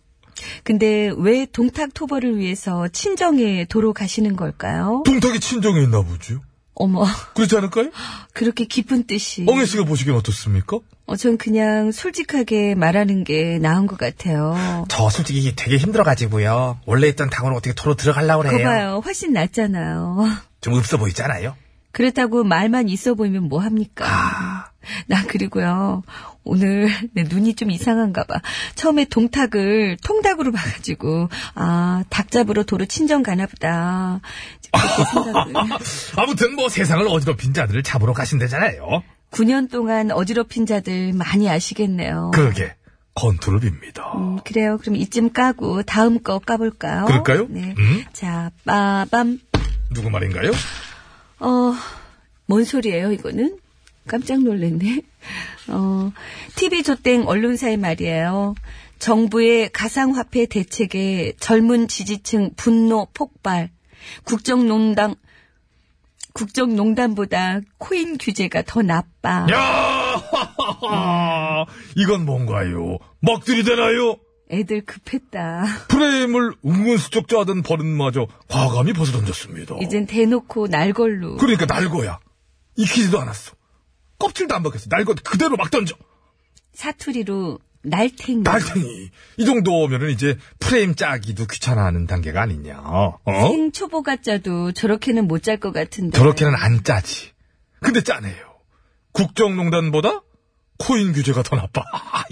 Speaker 2: 근데 왜 동탁 토벌을 위해서 친정에 도로 가시는 걸까요?
Speaker 3: 동탁이 친정에 있나 보죠?
Speaker 2: 어머,
Speaker 3: 그렇지 않을까요?
Speaker 2: 그렇게 깊은 뜻이.
Speaker 3: 엉혜 씨가 보시기엔 어떻습니까?
Speaker 2: 어, 전 그냥 솔직하게 말하는 게 나은 것 같아요.
Speaker 1: 저 솔직히 이게 되게 힘들어가지고요. 원래 있던 당으로 어떻게 도로 들어가려고
Speaker 2: 그거
Speaker 1: 해요.
Speaker 2: 봐요. 훨씬 낫잖아요.
Speaker 1: 좀 없어 보이잖아요.
Speaker 2: 그렇다고 말만 있어 보이면 뭐 합니까?
Speaker 3: 아.
Speaker 2: 나 그리고요. 오늘 내 눈이 좀 이상한가 봐. 처음에 동탁을 통닭으로 봐가지고 아, 닭 잡으러 도로 친정 가나 보다. 이제 그렇게 생각을.
Speaker 3: 아, 아무튼 뭐 세상을 어지럽힌 자들을 잡으러 가신대잖아요.
Speaker 2: 9년 동안 어지럽힌 자들 많이 아시겠네요.
Speaker 3: 그러게 건투를 빕니다.
Speaker 2: 음, 그래요. 그럼 이쯤 까고 다음 거 까볼까요?
Speaker 3: 그럴까요?
Speaker 2: 네.
Speaker 3: 음?
Speaker 2: 자, 빠밤.
Speaker 3: 누구 말인가요?
Speaker 2: 어, 뭔 소리예요, 이거는? 깜짝 놀랐네. 어, TV 조땡 언론사의 말이에요. 정부의 가상화폐 대책에 젊은 지지층 분노 폭발. 국정농단, 국정농단보다 코인 규제가 더 나빠.
Speaker 3: 야! 이건 뭔가요? 먹들이 되나요?
Speaker 2: 애들 급했다.
Speaker 3: 프레임을 은근슬쩍 짜던 버릇마저 과감히 벗어던졌습니다.
Speaker 2: 이젠 대놓고 날 걸로.
Speaker 3: 그러니까 날거야. 익히지도 않았어. 껍질도 안 벗겼어. 날거 그대로 막 던져.
Speaker 2: 사투리로 날탱이.
Speaker 3: 날탱이. 이 정도면은 이제 프레임 짜기도 귀찮아하는 단계가 아니냐. 어?
Speaker 2: 생초보 가짜도 저렇게는 못 짤 것 같은데.
Speaker 3: 저렇게는 안 짜지. 근데 짜네요. 국정농단보다 코인 규제가 더 나빠.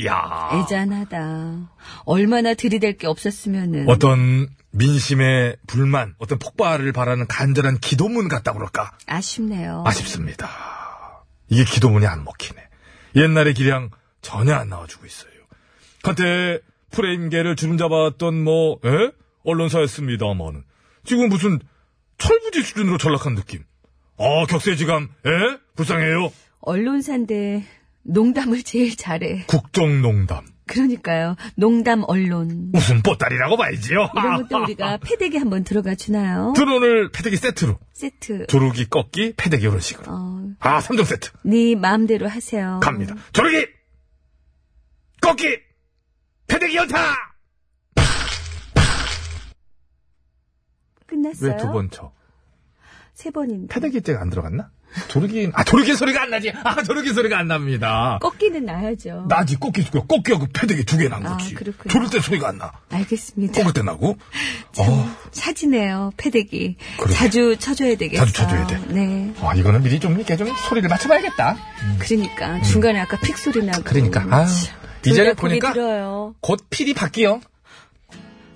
Speaker 3: 야.
Speaker 2: 애잔하다. 얼마나 들이댈 게 없었으면은.
Speaker 3: 어떤 민심의 불만, 어떤 폭발을 바라는 간절한 기도문 같다 그럴까?
Speaker 2: 아쉽네요.
Speaker 3: 아쉽습니다. 이게 기도문이 안 먹히네. 옛날의 기량 전혀 안 나와주고 있어요. 한때 프레임계를 주름잡았던 뭐, 에? 언론사였습니다만은. 지금 무슨 철부지 수준으로 전락한 느낌. 아, 격세지감, 에? 불쌍해요.
Speaker 2: 언론사인데 농담을 제일 잘해.
Speaker 3: 국정농담.
Speaker 2: 그러니까요. 농담 언론.
Speaker 3: 무슨 뽀따리라고 봐야지요. 아.
Speaker 2: 이런 것도 우리가 패대기 한번 들어가 주나요?
Speaker 3: 드론을 패대기 세트로.
Speaker 2: 세트.
Speaker 3: 두루기, 꺾기, 패대기 이런 식으로.
Speaker 2: 어,
Speaker 3: 아, 3종 세트.
Speaker 2: 네 마음대로 하세요.
Speaker 3: 갑니다. 조르기! 꺾기! 패대기 연타!
Speaker 2: 끝났어요.
Speaker 3: 왜 두 번 쳐?
Speaker 2: 세 번인데.
Speaker 3: 패대기 때가 안 들어갔나? 조르기, 아, 조르기 소리가 안 나지. 아, 조르기 소리가 안 납니다.
Speaker 2: 꺾기는 나야죠.
Speaker 3: 나지, 꺾기, 꺾기하고 패대기 두 개 난
Speaker 2: 아,
Speaker 3: 거지.
Speaker 2: 그렇군요.
Speaker 3: 조를 때 소리가 안 나.
Speaker 2: 알겠습니다.
Speaker 3: 꺾을 때 나고. 어,
Speaker 2: 사지네요. 패대기.
Speaker 3: 그러게.
Speaker 2: 자주 쳐줘야 되겠어.
Speaker 3: 자주 쳐줘야 돼.
Speaker 2: 네.
Speaker 1: 와, 이거는 미리 좀 이렇게 좀 소리를 맞춰봐야겠다.
Speaker 2: 그러니까
Speaker 3: 음.
Speaker 2: 중간에 아까 픽 소리 나고.
Speaker 1: 그러니까, 아유. 이제는
Speaker 2: 이제는 보니까
Speaker 1: 보니까
Speaker 2: 들어요.
Speaker 1: 곧 필이 바뀌어.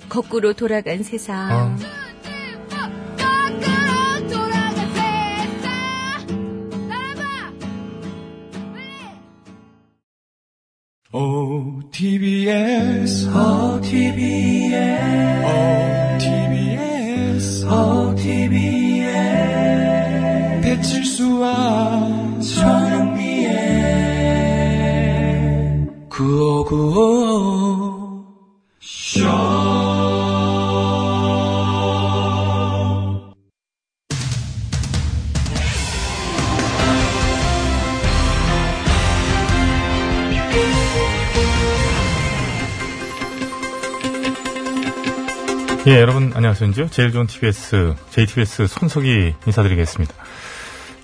Speaker 2: 거꾸로 돌아간 세상.
Speaker 1: 어.
Speaker 7: 거꾸로 돌아갈 세상 날아봐
Speaker 5: 어, OTBS, OTBS, 어, OTBS, OTBS, 배칠수와 전영미의 구호구호
Speaker 3: 예, 여러분 안녕하세요. 제일 좋은 TBS, JTBS 손석희 인사드리겠습니다.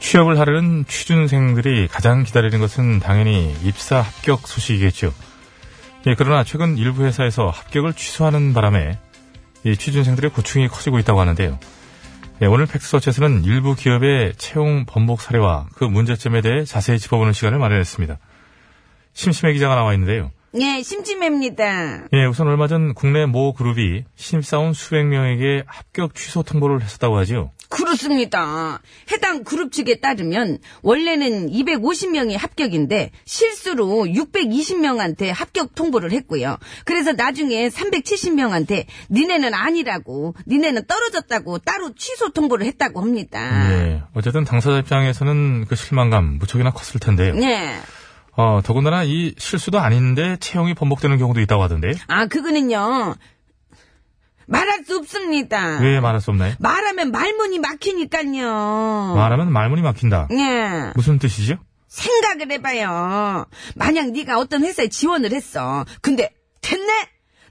Speaker 3: 취업을 하려는 취준생들이 가장 기다리는 것은 당연히 입사 합격 소식이겠죠. 예, 그러나 최근 일부 회사에서 합격을 취소하는 바람에 이 취준생들의 고충이 커지고 있다고 하는데요. 예, 오늘 팩스서치에서는 일부 기업의 채용 번복 사례와 그 문제점에 대해 자세히 짚어보는 시간을 마련했습니다. 심심해 기자가 나와 있는데요.
Speaker 4: 예, 심심해입니다.
Speaker 3: 예, 우선 얼마 전 국내 모 그룹이 신입사원 수백 명에게 합격 취소 통보를 했었다고 하지요.
Speaker 4: 그렇습니다. 해당 그룹 측에 따르면 원래는 250명이 합격인데 실수로 620명한테 합격 통보를 했고요. 그래서 나중에 370명한테 니네는 아니라고 니네는 떨어졌다고 따로 취소 통보를 했다고
Speaker 2: 아.
Speaker 4: 합니다.
Speaker 3: 예, 어쨌든 당사자 입장에서는 그 실망감 무척이나 컸을 텐데요.
Speaker 2: 네.
Speaker 4: 예.
Speaker 3: 어, 더군다나 이 실수도 아닌데 채용이 번복되는 경우도 있다고 하던데요.
Speaker 4: 아, 그거는요. 말할 수 없습니다.
Speaker 3: 왜 말할 수 없나요?
Speaker 4: 말하면 말문이
Speaker 2: 어.
Speaker 4: 막히니까요.
Speaker 3: 말하면 말문이 막힌다.
Speaker 2: 네.
Speaker 4: 예.
Speaker 3: 무슨 뜻이죠?
Speaker 4: 생각을 해봐요. 만약 네가 어떤 회사에 지원을 했어. 근데 됐네?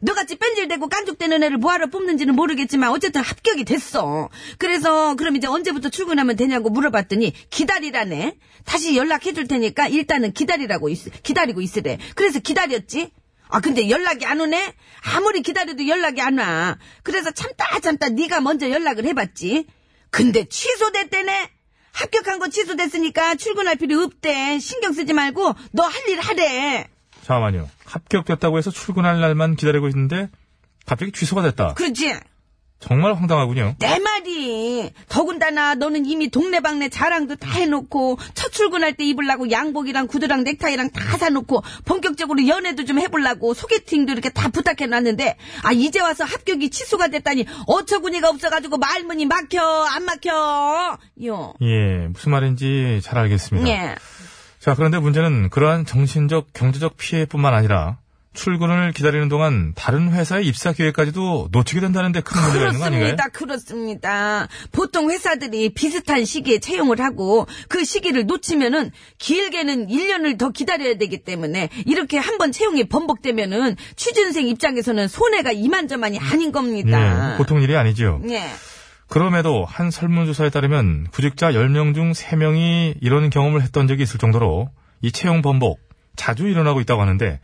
Speaker 4: 너같이 뺀질대고 깐죽대는 애를 뭐하러 뽑는지는 모르겠지만 어쨌든 합격이 됐어. 그래서 그럼 이제 언제부터 출근하면 되냐고 물어봤더니 기다리라네. 다시 연락해줄 테니까 일단은 기다리라고 있- 기다리고 있으래. 그래서 기다렸지. 아 근데 연락이 안 오네. 아무리 기다려도 연락이 안 와. 그래서 참다 참다 네가 먼저 연락을 해봤지. 근데 취소됐대네. 합격한 거 취소됐으니까 출근할 필요 없대. 신경 쓰지 말고 너 할 일 하래.
Speaker 3: 잠깐만요. 합격됐다고 해서 출근할 날만 기다리고 있는데 갑자기 취소가 됐다.
Speaker 4: 그렇지?
Speaker 3: 정말 황당하군요.
Speaker 4: 내 말이. 더군다나 너는 이미 동네방네 자랑도 다 해놓고 첫 출근할 때 입으려고 양복이랑 구두랑 넥타이랑 다 사놓고 본격적으로 연애도 좀 해보려고 소개팅도 이렇게 다 부탁해놨는데 아 이제 와서 합격이 취소가 됐다니 어처구니가 없어가지고 말문이 막혀 안 막혀. 요.
Speaker 3: 예, 무슨 말인지 잘 알겠습니다.
Speaker 2: 네.
Speaker 4: 예.
Speaker 3: 자, 그런데 문제는 그러한 정신적, 경제적 피해뿐만 아니라 출근을 기다리는 동안 다른 회사의 입사 기회까지도 놓치게 된다는데 큰 문제가 있는 거 아닌가요?
Speaker 4: 그렇습니다. 그렇습니다. 보통 회사들이 비슷한 시기에 채용을 하고 그 시기를 놓치면은 길게는 1년을 더 기다려야 되기 때문에 이렇게 한번 채용이 번복되면은 취준생 입장에서는 손해가 이만저만이 아닌 겁니다.
Speaker 3: 예, 보통 일이 아니죠.
Speaker 4: 예.
Speaker 3: 그럼에도 한 설문조사에 따르면 구직자 10명 중 3명이 이런 경험을 했던 적이 있을 정도로 이 채용 번복 자주 일어나고 있다고 하는데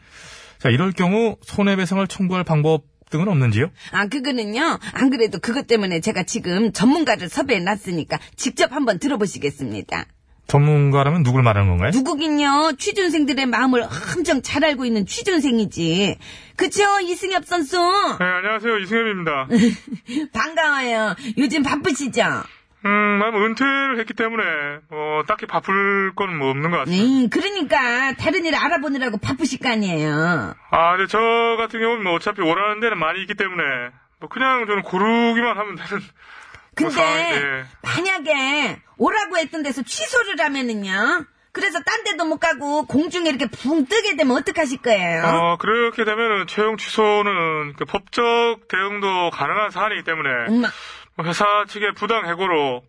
Speaker 3: 자, 이럴 경우 손해배상을 청구할 방법 등은 없는지요?
Speaker 4: 아, 그거는요. 안 그래도 그것 때문에 제가 지금 전문가를 섭외해 놨으니까 직접 한번 들어보시겠습니다.
Speaker 3: 전문가라면 누굴 말하는 건가요?
Speaker 4: 누구긴요 취준생들의 마음을 엄청 잘 알고 있는 취준생이지 그쵸 이승엽 선수
Speaker 3: 네, 안녕하세요. 이승엽입니다.
Speaker 4: 반가워요 요즘 바쁘시죠
Speaker 3: 음, 난 은퇴를 했기 때문에 뭐 딱히 바쁠 건 뭐 없는 것 같아요.
Speaker 4: 네 그러니까 다른 일 알아보느라고 바쁘실 거 아니에요
Speaker 3: 아, 근데 저 같은 경우는 뭐 어차피 원하는 데는 많이 있기 때문에 뭐 그냥 저는 고르기만 하면 되는.
Speaker 4: 근데
Speaker 3: 네.
Speaker 4: 만약에 오라고 했던 데서 취소를 하면은요 그래서 딴 데도 못 가고 공중에 이렇게 붕 뜨게 되면 어떡하실
Speaker 2: 아.
Speaker 4: 거예요
Speaker 3: 어, 그렇게 되면은 채용 취소는 그 법적 대응도 가능한 사안이기 때문에
Speaker 4: 음,
Speaker 3: 뭐 회사 측의 부당 해고로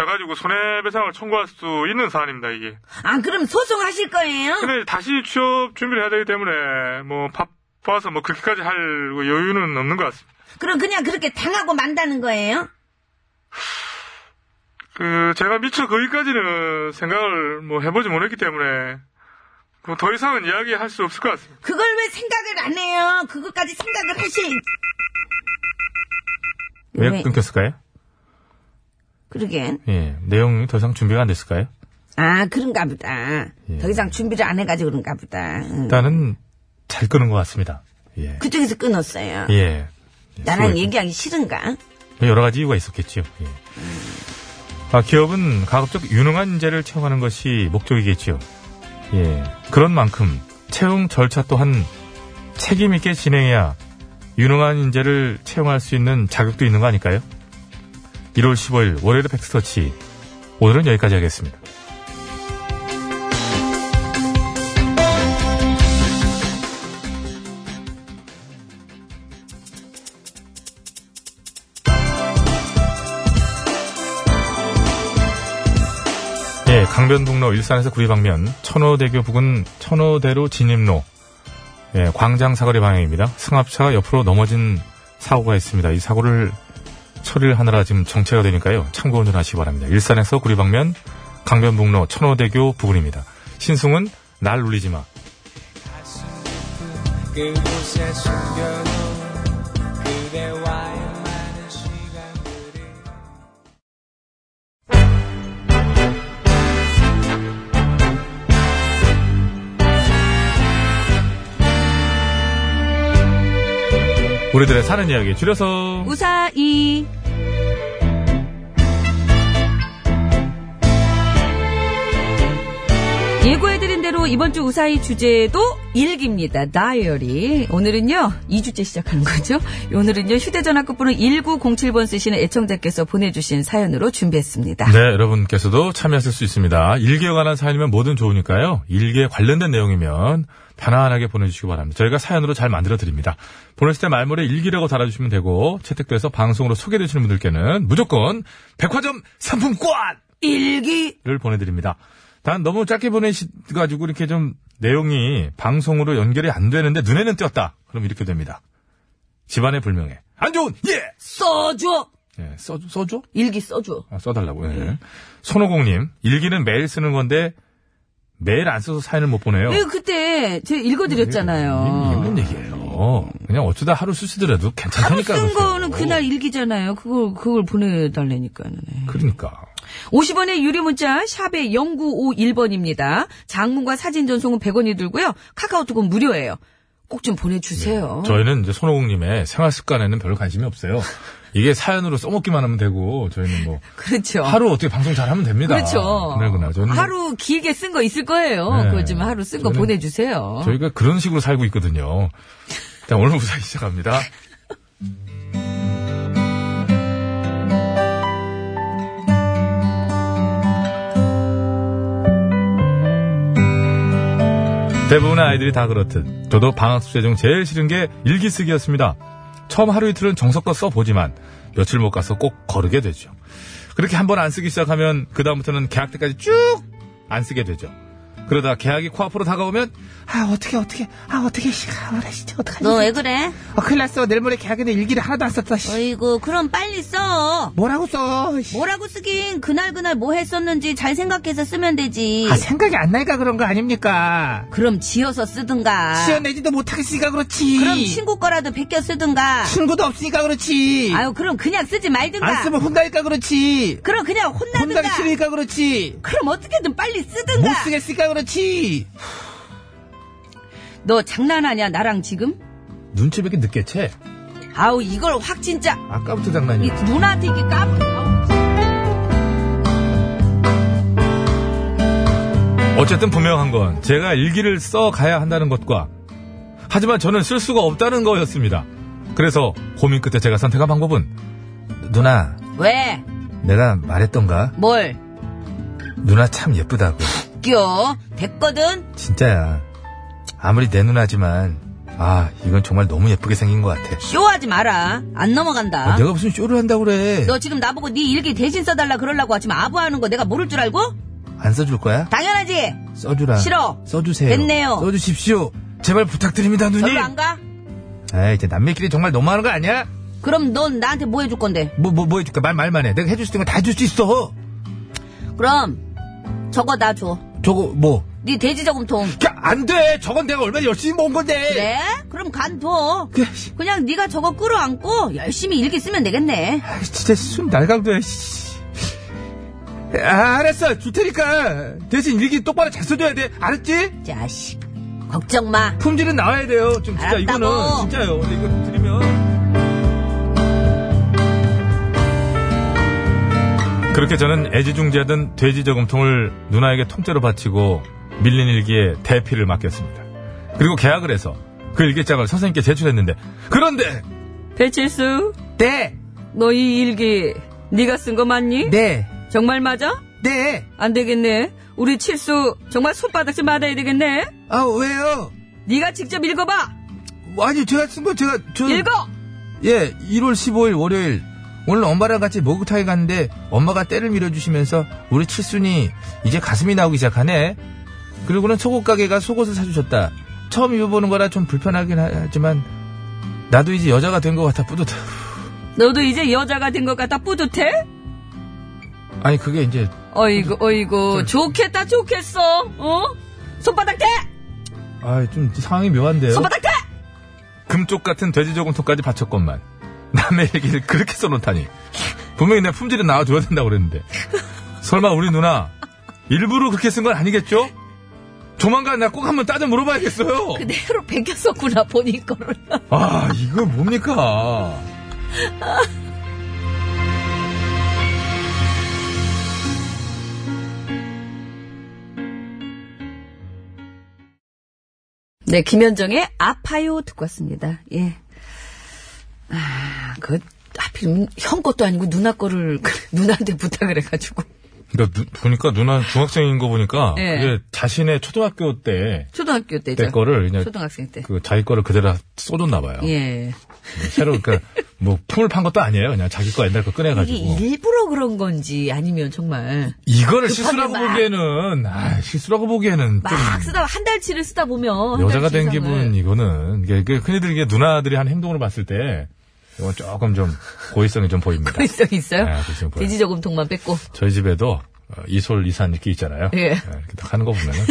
Speaker 3: 해가지고 손해배상을 청구할 수 있는 사안입니다 이게.
Speaker 4: 아 그럼 소송하실 거예요
Speaker 3: 근데 다시 취업 준비를 해야 되기 때문에 뭐 바빠서 뭐 그렇게까지 할 여유는 없는 것 같습니다.
Speaker 4: 그럼 그냥 그렇게 당하고 만다는 거예요
Speaker 3: 그 제가 미처 거기까지는 생각을 뭐 해보지 못했기 때문에 그더 이상은 이야기할 수 없을 것 같습니다.
Speaker 4: 그걸 왜 생각을 안 해요? 그것까지 생각을 하실. 왜?
Speaker 3: 끊겼을까요?
Speaker 4: 그러게.
Speaker 3: 예, 내용이 더 이상 준비가 안 됐을까요?
Speaker 4: 아, 그런가 보다.
Speaker 3: 예.
Speaker 4: 더 이상 준비를 안 해가지고 그런가 보다. 응.
Speaker 3: 일단은 잘 끄는 것 같습니다. 예.
Speaker 4: 그쪽에서 끊었어요.
Speaker 3: 예.
Speaker 4: 나랑
Speaker 3: 수고했고.
Speaker 4: 얘기하기 싫은가?
Speaker 3: 여러 가지 이유가 있었겠죠. 예. 아, 기업은 가급적 유능한 인재를 채용하는 것이 목적이겠지요. 예. 그런 만큼 채용 절차 또한 책임 있게 진행해야 유능한 인재를 채용할 수 있는 자격도 있는 거 아닐까요? 1월 15일 월요일 팩스터치 오늘은 여기까지 하겠습니다. 예, 강변북로 일산에서 구리 방면 천호대교 부근 천호대로 진입로 예, 광장 사거리 방향입니다. 승합차가 옆으로 넘어진 사고가 있습니다. 이 사고를 처리를 하느라 지금 정체가 되니까요. 참고 운전하시기 바랍니다. 일산에서 구리 방면 강변북로 천호대교 부근입니다. 신승은 날 울리지 마.
Speaker 5: 그곳에 숨겨놓은 그대와의 많은 시간들이
Speaker 3: 우리들의 사는 이야기 줄여서
Speaker 2: 우사이. 예고해드린 대로 이번 주 우사이 주제도 일기입니다. 다이어리. 오늘은요, 2주째 시작하는 거죠. 오늘은요, 휴대전화 끝번호 1907번 쓰시는 애청자께서 보내주신 사연으로 준비했습니다.
Speaker 3: 네, 여러분께서도 참여하실 수 있습니다. 일기에 관한 사연이면 뭐든 좋으니까요. 일기에 관련된 내용이면 편안하게 보내주시기 바랍니다. 저희가 사연으로 잘 만들어 드립니다. 보냈을 때 말머리에 일기라고 달아주시면 되고 채택돼서 방송으로 소개되시는 분들께는 무조건 백화점 상품권을
Speaker 2: 일기.
Speaker 3: 보내드립니다. 단 너무 짧게 보내가지고 이렇게 좀 내용이 방송으로 연결이 안 되는데 눈에는 띄었다. 그럼 이렇게 됩니다. 집안의 불명예. 안 좋은 예.
Speaker 2: 써줘.
Speaker 3: 예, 써 써줘?
Speaker 2: 일기 써줘.
Speaker 3: 아, 써달라고. 예. 손호공님 일기는 매일 쓰는 건데 매일 안 써서 사연을 못 보내요.
Speaker 2: 왜 그때 제가 읽어드렸잖아요.
Speaker 3: 이게 무슨 얘기예요? 그냥 어쩌다 하루 쓰시더라도
Speaker 2: 하루 쓴
Speaker 3: 괜찮다니까. 음, 그러세요. 어.
Speaker 2: 거는 그날 일기잖아요. 그걸, 그걸 보내달라니까는.
Speaker 3: 그러니까
Speaker 2: 50원의 유료 문자 샵의 0951번입니다. 장문과 사진 전송은 100원이 들고요. 카카오톡은 무료예요. 꼭 좀 보내주세요.
Speaker 3: 네, 저희는 이제 손호공님의 생활 습관에는 별로 관심이 없어요. 이게 사연으로 써먹기만 하면 되고 저희는 뭐
Speaker 2: 그렇죠.
Speaker 3: 하루 어떻게 방송 잘하면 됩니다.
Speaker 2: 그렇죠.
Speaker 3: 그날 그날 저는
Speaker 2: 하루 길게 쓴 거 있을 거예요.
Speaker 3: 네.
Speaker 2: 그거 좀 하루 쓴 거
Speaker 3: 저희는-
Speaker 2: 보내주세요.
Speaker 3: 저희가 그런 식으로 살고 있거든요. 일단 오늘 무사히 시작합니다. 대부분의 아이들이 다 그렇듯 저도 방학 숙제 중 제일 싫은 게 일기 쓰기였습니다. 처음 하루 이틀은 정성껏 써보지만 며칠 못 가서 꼭 거르게 되죠. 그렇게 한 번 안 쓰기 시작하면 그 다음부터는 개학 때까지 쭉 안 쓰게 되죠. 그러다 계약이 코앞으로 다가오면
Speaker 1: 아, 어떻게, 어떻게, 아, 어떻게, 씨, 가오라 진짜, 어떡하지?
Speaker 4: 너 왜 그래?
Speaker 1: 아, 큰일 났어. 내일 모레 계약인데 일기를 하나도 안 썼다, 씨.
Speaker 4: 어이구, 그럼 빨리 써.
Speaker 1: 뭐라고 써, 씨.
Speaker 4: 뭐라고 쓰긴 그날그날 뭐 했었는지 잘 생각해서 쓰면
Speaker 2: 예.
Speaker 4: 되지.
Speaker 1: 아, 생각이 안 나니까 그런 거 아닙니까?
Speaker 4: 그럼 지어서 쓰든가.
Speaker 2: 아.
Speaker 1: 시연내지도 못하겠으니까 그렇지.
Speaker 4: 그럼 친구 거라도 베껴 쓰든가.
Speaker 1: 친구도 없으니까 그렇지.
Speaker 4: 아유, 그럼 그냥 쓰지 말든가.
Speaker 1: 안 쓰면 혼나니까 그렇지.
Speaker 4: 그럼 그냥
Speaker 1: 혼나기
Speaker 4: 혼나든가.
Speaker 1: 싫으니까 그렇지.
Speaker 4: 그럼 어떻게든 빨리 쓰든가.
Speaker 1: 못 쓰겠으니까 그렇지.
Speaker 2: 너 장난하냐 나랑 지금?
Speaker 3: 눈치밖에 늦겠지?
Speaker 2: 아우 이걸 확 진짜
Speaker 3: 아까부터 장난이야.
Speaker 2: 이 누나한테 이게 까불어.
Speaker 3: 어쨌든 분명한 건 제가 일기를 써 가야 한다는 것과 하지만 저는 쓸 수가 없다는 거였습니다. 그래서 고민 끝에 제가 선택한 방법은 누나
Speaker 2: 왜?
Speaker 3: 내가 말했던가
Speaker 2: 뭘?
Speaker 3: 누나 참 예쁘다고
Speaker 2: 웃겨. 됐거든.
Speaker 3: 진짜야 아무리 내 누나지만 아 이건 정말 너무 예쁘게 생긴 것 같아
Speaker 2: 쇼하지 마라. 안 넘어간다.
Speaker 3: 아, 내가 무슨 쇼를 한다고 그래
Speaker 2: 너 지금 나보고 네 일기 대신 써달라 그러려고 지금 아부하는 거 내가 모를 줄 알고?
Speaker 3: 안 써줄 거야?
Speaker 2: 당연하지.
Speaker 1: 음,
Speaker 3: 써주라
Speaker 2: 싫어.
Speaker 3: 써주세요
Speaker 2: 됐네요.
Speaker 3: 써주십시오 제발 부탁드립니다 누님
Speaker 1: 네.
Speaker 2: 별로 안 가?
Speaker 3: 아 이제 남매끼리 정말 너무하는 거 아니야?
Speaker 2: 그럼 넌 나한테 뭐 해줄 건데?
Speaker 3: 뭐 뭐 뭐 해줄까 말 말만 해 내가 해줄 수 있는 거 다 해줄 수 있어
Speaker 2: 그럼 저거 나 줘.
Speaker 3: 저거 뭐?
Speaker 2: 네 돼지 저금통.
Speaker 3: 안 돼. 저건 내가 얼마나 열심히 모은 건데.
Speaker 2: 그래? 그럼 간 둬. 그냥 네가 저거 끌어안고 열심히 일기 쓰면 되겠네.
Speaker 3: 아, 진짜 숨 날강도야. 씨. 아, 알았어. 줄 테니까 대신 일기 똑바로 잘 써줘야 돼. 알았지?
Speaker 2: 자식. 걱정 마.
Speaker 3: 품질은 나와야 돼요. 좀 진짜
Speaker 2: 알았다고.
Speaker 3: 이거는 진짜요. 이거 드리면. 그렇게 저는 애지중지하던 돼지 저금통을 누나에게 통째로 바치고 밀린 일기에 대피를 맡겼습니다. 그리고 계약을 해서 그 일기장을 선생님께 제출했는데 그런데
Speaker 2: 배칠수,
Speaker 1: 네,
Speaker 2: 너 이 일기 네가 쓴 거 맞니?
Speaker 1: 네,
Speaker 2: 정말 맞아?
Speaker 1: 네.
Speaker 2: 안 되겠네. 우리 칠수 정말 손바닥 좀 맞아야 되겠네.
Speaker 1: 아, 왜요?
Speaker 2: 네가 직접 읽어봐.
Speaker 1: 아니, 제가 쓴 거 제가, 저.
Speaker 2: 읽어.
Speaker 1: 예, 1월 15일 월요일. 오늘 엄마랑 같이 목욕탕에 갔는데 엄마가 때를 밀어주시면서 우리 칠순이 이제 가슴이 나오기 시작하네. 그리고는 속옷 가게가 속옷을 사주셨다. 처음 입어보는 거라 좀 불편하긴 하지만
Speaker 3: 나도 이제 여자가 된 것 같아 뿌듯해.
Speaker 2: 너도 이제 여자가 된 것 같아 뿌듯해?
Speaker 3: 아니 그게 이제
Speaker 2: 어이구, 어이구. 좋겠다, 좋겠어. 어? 손바닥 대!
Speaker 3: 아좀 상황이 묘한데요.
Speaker 2: 손바닥 대!
Speaker 3: 금쪽 같은 돼지 저금통까지 바쳤건만 남의 얘기를 그렇게 써놓다니 분명히 내 품질은 나와줘야 된다고 그랬는데 설마 우리 누나 일부러 그렇게 쓴 건 아니겠죠? 조만간 나 꼭 한번 따져 물어봐야겠어요.
Speaker 2: 그대로 베겼었구나, 본인 거를.
Speaker 3: 아 이거 뭡니까?
Speaker 2: 네, 김현정의 아파요 듣고 왔습니다. 예. 아, 그, 하필 형 것도 아니고 누나 거를 누나한테 부탁을 해가지고.
Speaker 3: 그러니까 누- 보니까 누나 중학생인 거 보니까
Speaker 2: 예.
Speaker 3: 그게 자신의 초등학교 때 때
Speaker 2: 초등학교 때죠.
Speaker 3: 거를 그냥
Speaker 2: 초등학생 때.
Speaker 3: 그 자기 거를 그대로 써줬나 봐요.
Speaker 2: 예.
Speaker 3: 새로 그러니까 뭐 품을 판 것도 아니에요. 그냥 자기 거 옛날 거
Speaker 2: 이게
Speaker 3: 꺼내가지고
Speaker 2: 일부러 그런 건지 아니면 정말
Speaker 3: 이거를
Speaker 2: 급하게
Speaker 3: 실수라고
Speaker 2: 막-
Speaker 3: 보기에는 아, 실수라고 보기에는 좀
Speaker 2: 막 쓰다 한 달치를 쓰다 보면 한
Speaker 3: 여자가
Speaker 2: 달치
Speaker 3: 된
Speaker 2: 이상을.
Speaker 3: 기분 이거는 이게 그 흔히들 이게 누나들이 한 행동을 봤을 때 이건 조금 좀 고의성이 좀 보입니다.
Speaker 2: 고의성 있어요?
Speaker 3: 네, 고의성 보여요.
Speaker 2: 돼지 저금통만 뺏고
Speaker 3: 저희 집에도 어, 이솔 이산 이렇게 있잖아요.
Speaker 2: 예.
Speaker 3: 예, 이렇게 딱 하는 거 보면은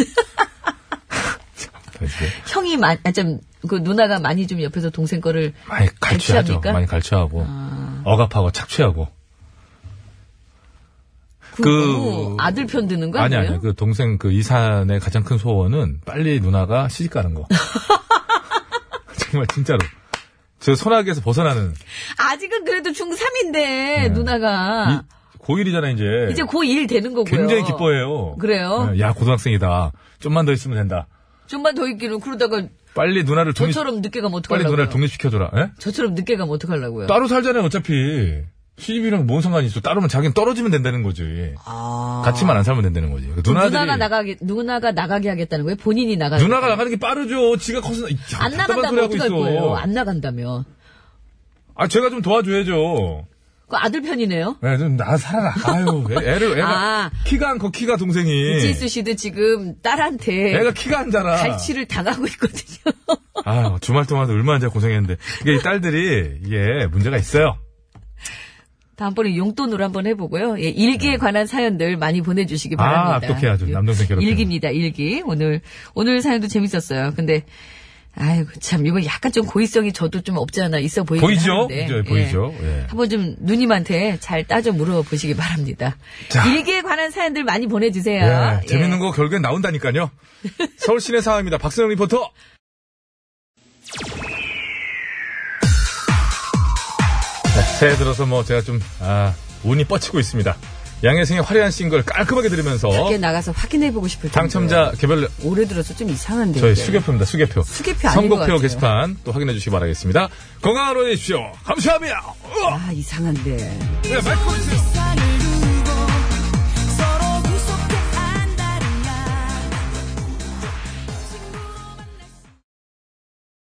Speaker 3: 저희 집에
Speaker 2: 형이 마, 아, 좀그 누나가 많이 좀 옆에서 동생 거를
Speaker 3: 많이 갈취하죠.
Speaker 2: 갈취합니까? 아.
Speaker 3: 많이 갈취하고 억압하고 착취하고
Speaker 2: 그,
Speaker 3: 그-
Speaker 2: 아들 편 드는 거
Speaker 3: 아니
Speaker 2: 아니에요?
Speaker 3: 아니 그 동생 그 이산의 가장 큰 소원은 빨리 누나가 시집 가는 거. 정말 진짜로. 저 소나기에서 벗어나는
Speaker 2: 아직은 그래도 중3인데 누나가
Speaker 3: 네. 이, 고1이잖아 이제.
Speaker 2: 아. 이제 고1 되는 거고요.
Speaker 3: 굉장히 기뻐해요.
Speaker 2: 그래요?
Speaker 3: 네, 야 고등학생이다. 좀만 더 있으면 된다.
Speaker 2: 좀만 더 있기를 그러다가
Speaker 3: 빨리 누나를 독립
Speaker 2: 저처럼 늦게 가면
Speaker 3: 빨리
Speaker 2: 어떡하려고요?
Speaker 3: 누나를 독립시켜줘라. 예?
Speaker 2: 저처럼 늦게 가면 어떡하려고요?
Speaker 3: 따로 살잖아요 어차피. 시집이랑 뭔 상관이 있어. 따로면 자기는 떨어지면 된다는 거지. 같이만 안 살면 된다는 거지. 그 누나들이
Speaker 2: 아. 누나가 나가게 누나가 나가게 하겠다는 거예요? 본인이 나가
Speaker 3: 누나가 나가는 게 빠르죠. 지가 커서 이,
Speaker 2: 안
Speaker 3: 답답한 소리
Speaker 2: 나간다면
Speaker 3: 하고
Speaker 2: 어떡할
Speaker 3: 있어.
Speaker 2: 거예요? 안 나간다면
Speaker 3: 아, 제가 좀 도와줘야죠.
Speaker 2: 그 아들 편이네요.
Speaker 3: 네, 좀 나 살아라. 아유, 애- 애를, 애가.
Speaker 2: 아.
Speaker 3: 키가 안 커, 키가 동생이.
Speaker 2: 이지수 씨도 지금 딸한테
Speaker 3: 애가 키가 안 자라.
Speaker 2: 갈치를 당하고 있거든요.
Speaker 3: 아유, 주말 동안도 얼마나 제가 고생했는데. 이게 이 딸들이, 이게 문제가 있어요.
Speaker 2: 다음번에 용돈으로 한번 해보고요. 예, 일기에 관한 사연들 많이 보내주시기
Speaker 3: 네. 아,
Speaker 2: 바랍니다.
Speaker 3: 어떻게 해야죠. 남동생 괴롭히는.
Speaker 2: 일기입니다. 일기 오늘 오늘 사연도 재밌었어요. 근데 아이고 참 이건 약간 좀 고의성이 저도 좀 없지 않아 있어 보이긴
Speaker 3: 보이죠?
Speaker 2: 하는데.
Speaker 3: 이제 보이죠? 예.
Speaker 2: 한번 좀 누님한테 잘 따져 물어보시기 바랍니다.
Speaker 3: 자.
Speaker 2: 일기에 관한 사연들 많이 보내주세요.
Speaker 3: 예,
Speaker 2: 예.
Speaker 3: 재밌는 거 결국엔 나온다니까요. 서울 시내 상황입니다. 박선영 리포터. 네, 새해 들어서 뭐 제가 좀, 아, 운이 뻗치고 있습니다. 양혜승의 화려한 싱글 깔끔하게 들으면서
Speaker 2: 밖에 예. 나가서 확인해보고 싶을 텐데.
Speaker 3: 당첨자 개별
Speaker 2: 올해 들어서 좀 이상한데.
Speaker 3: 저희
Speaker 2: 이게.
Speaker 3: 수개표입니다. 수개표.
Speaker 2: 네. 수개표 아닌 것
Speaker 3: 선곡표
Speaker 2: 같아요.
Speaker 3: 게시판 또 확인해 주시기 바라겠습니다. 건강한 오해 주십시오. 감사합니다. 으아!
Speaker 2: 아 이상한데.
Speaker 3: 네, 맑고 있어요.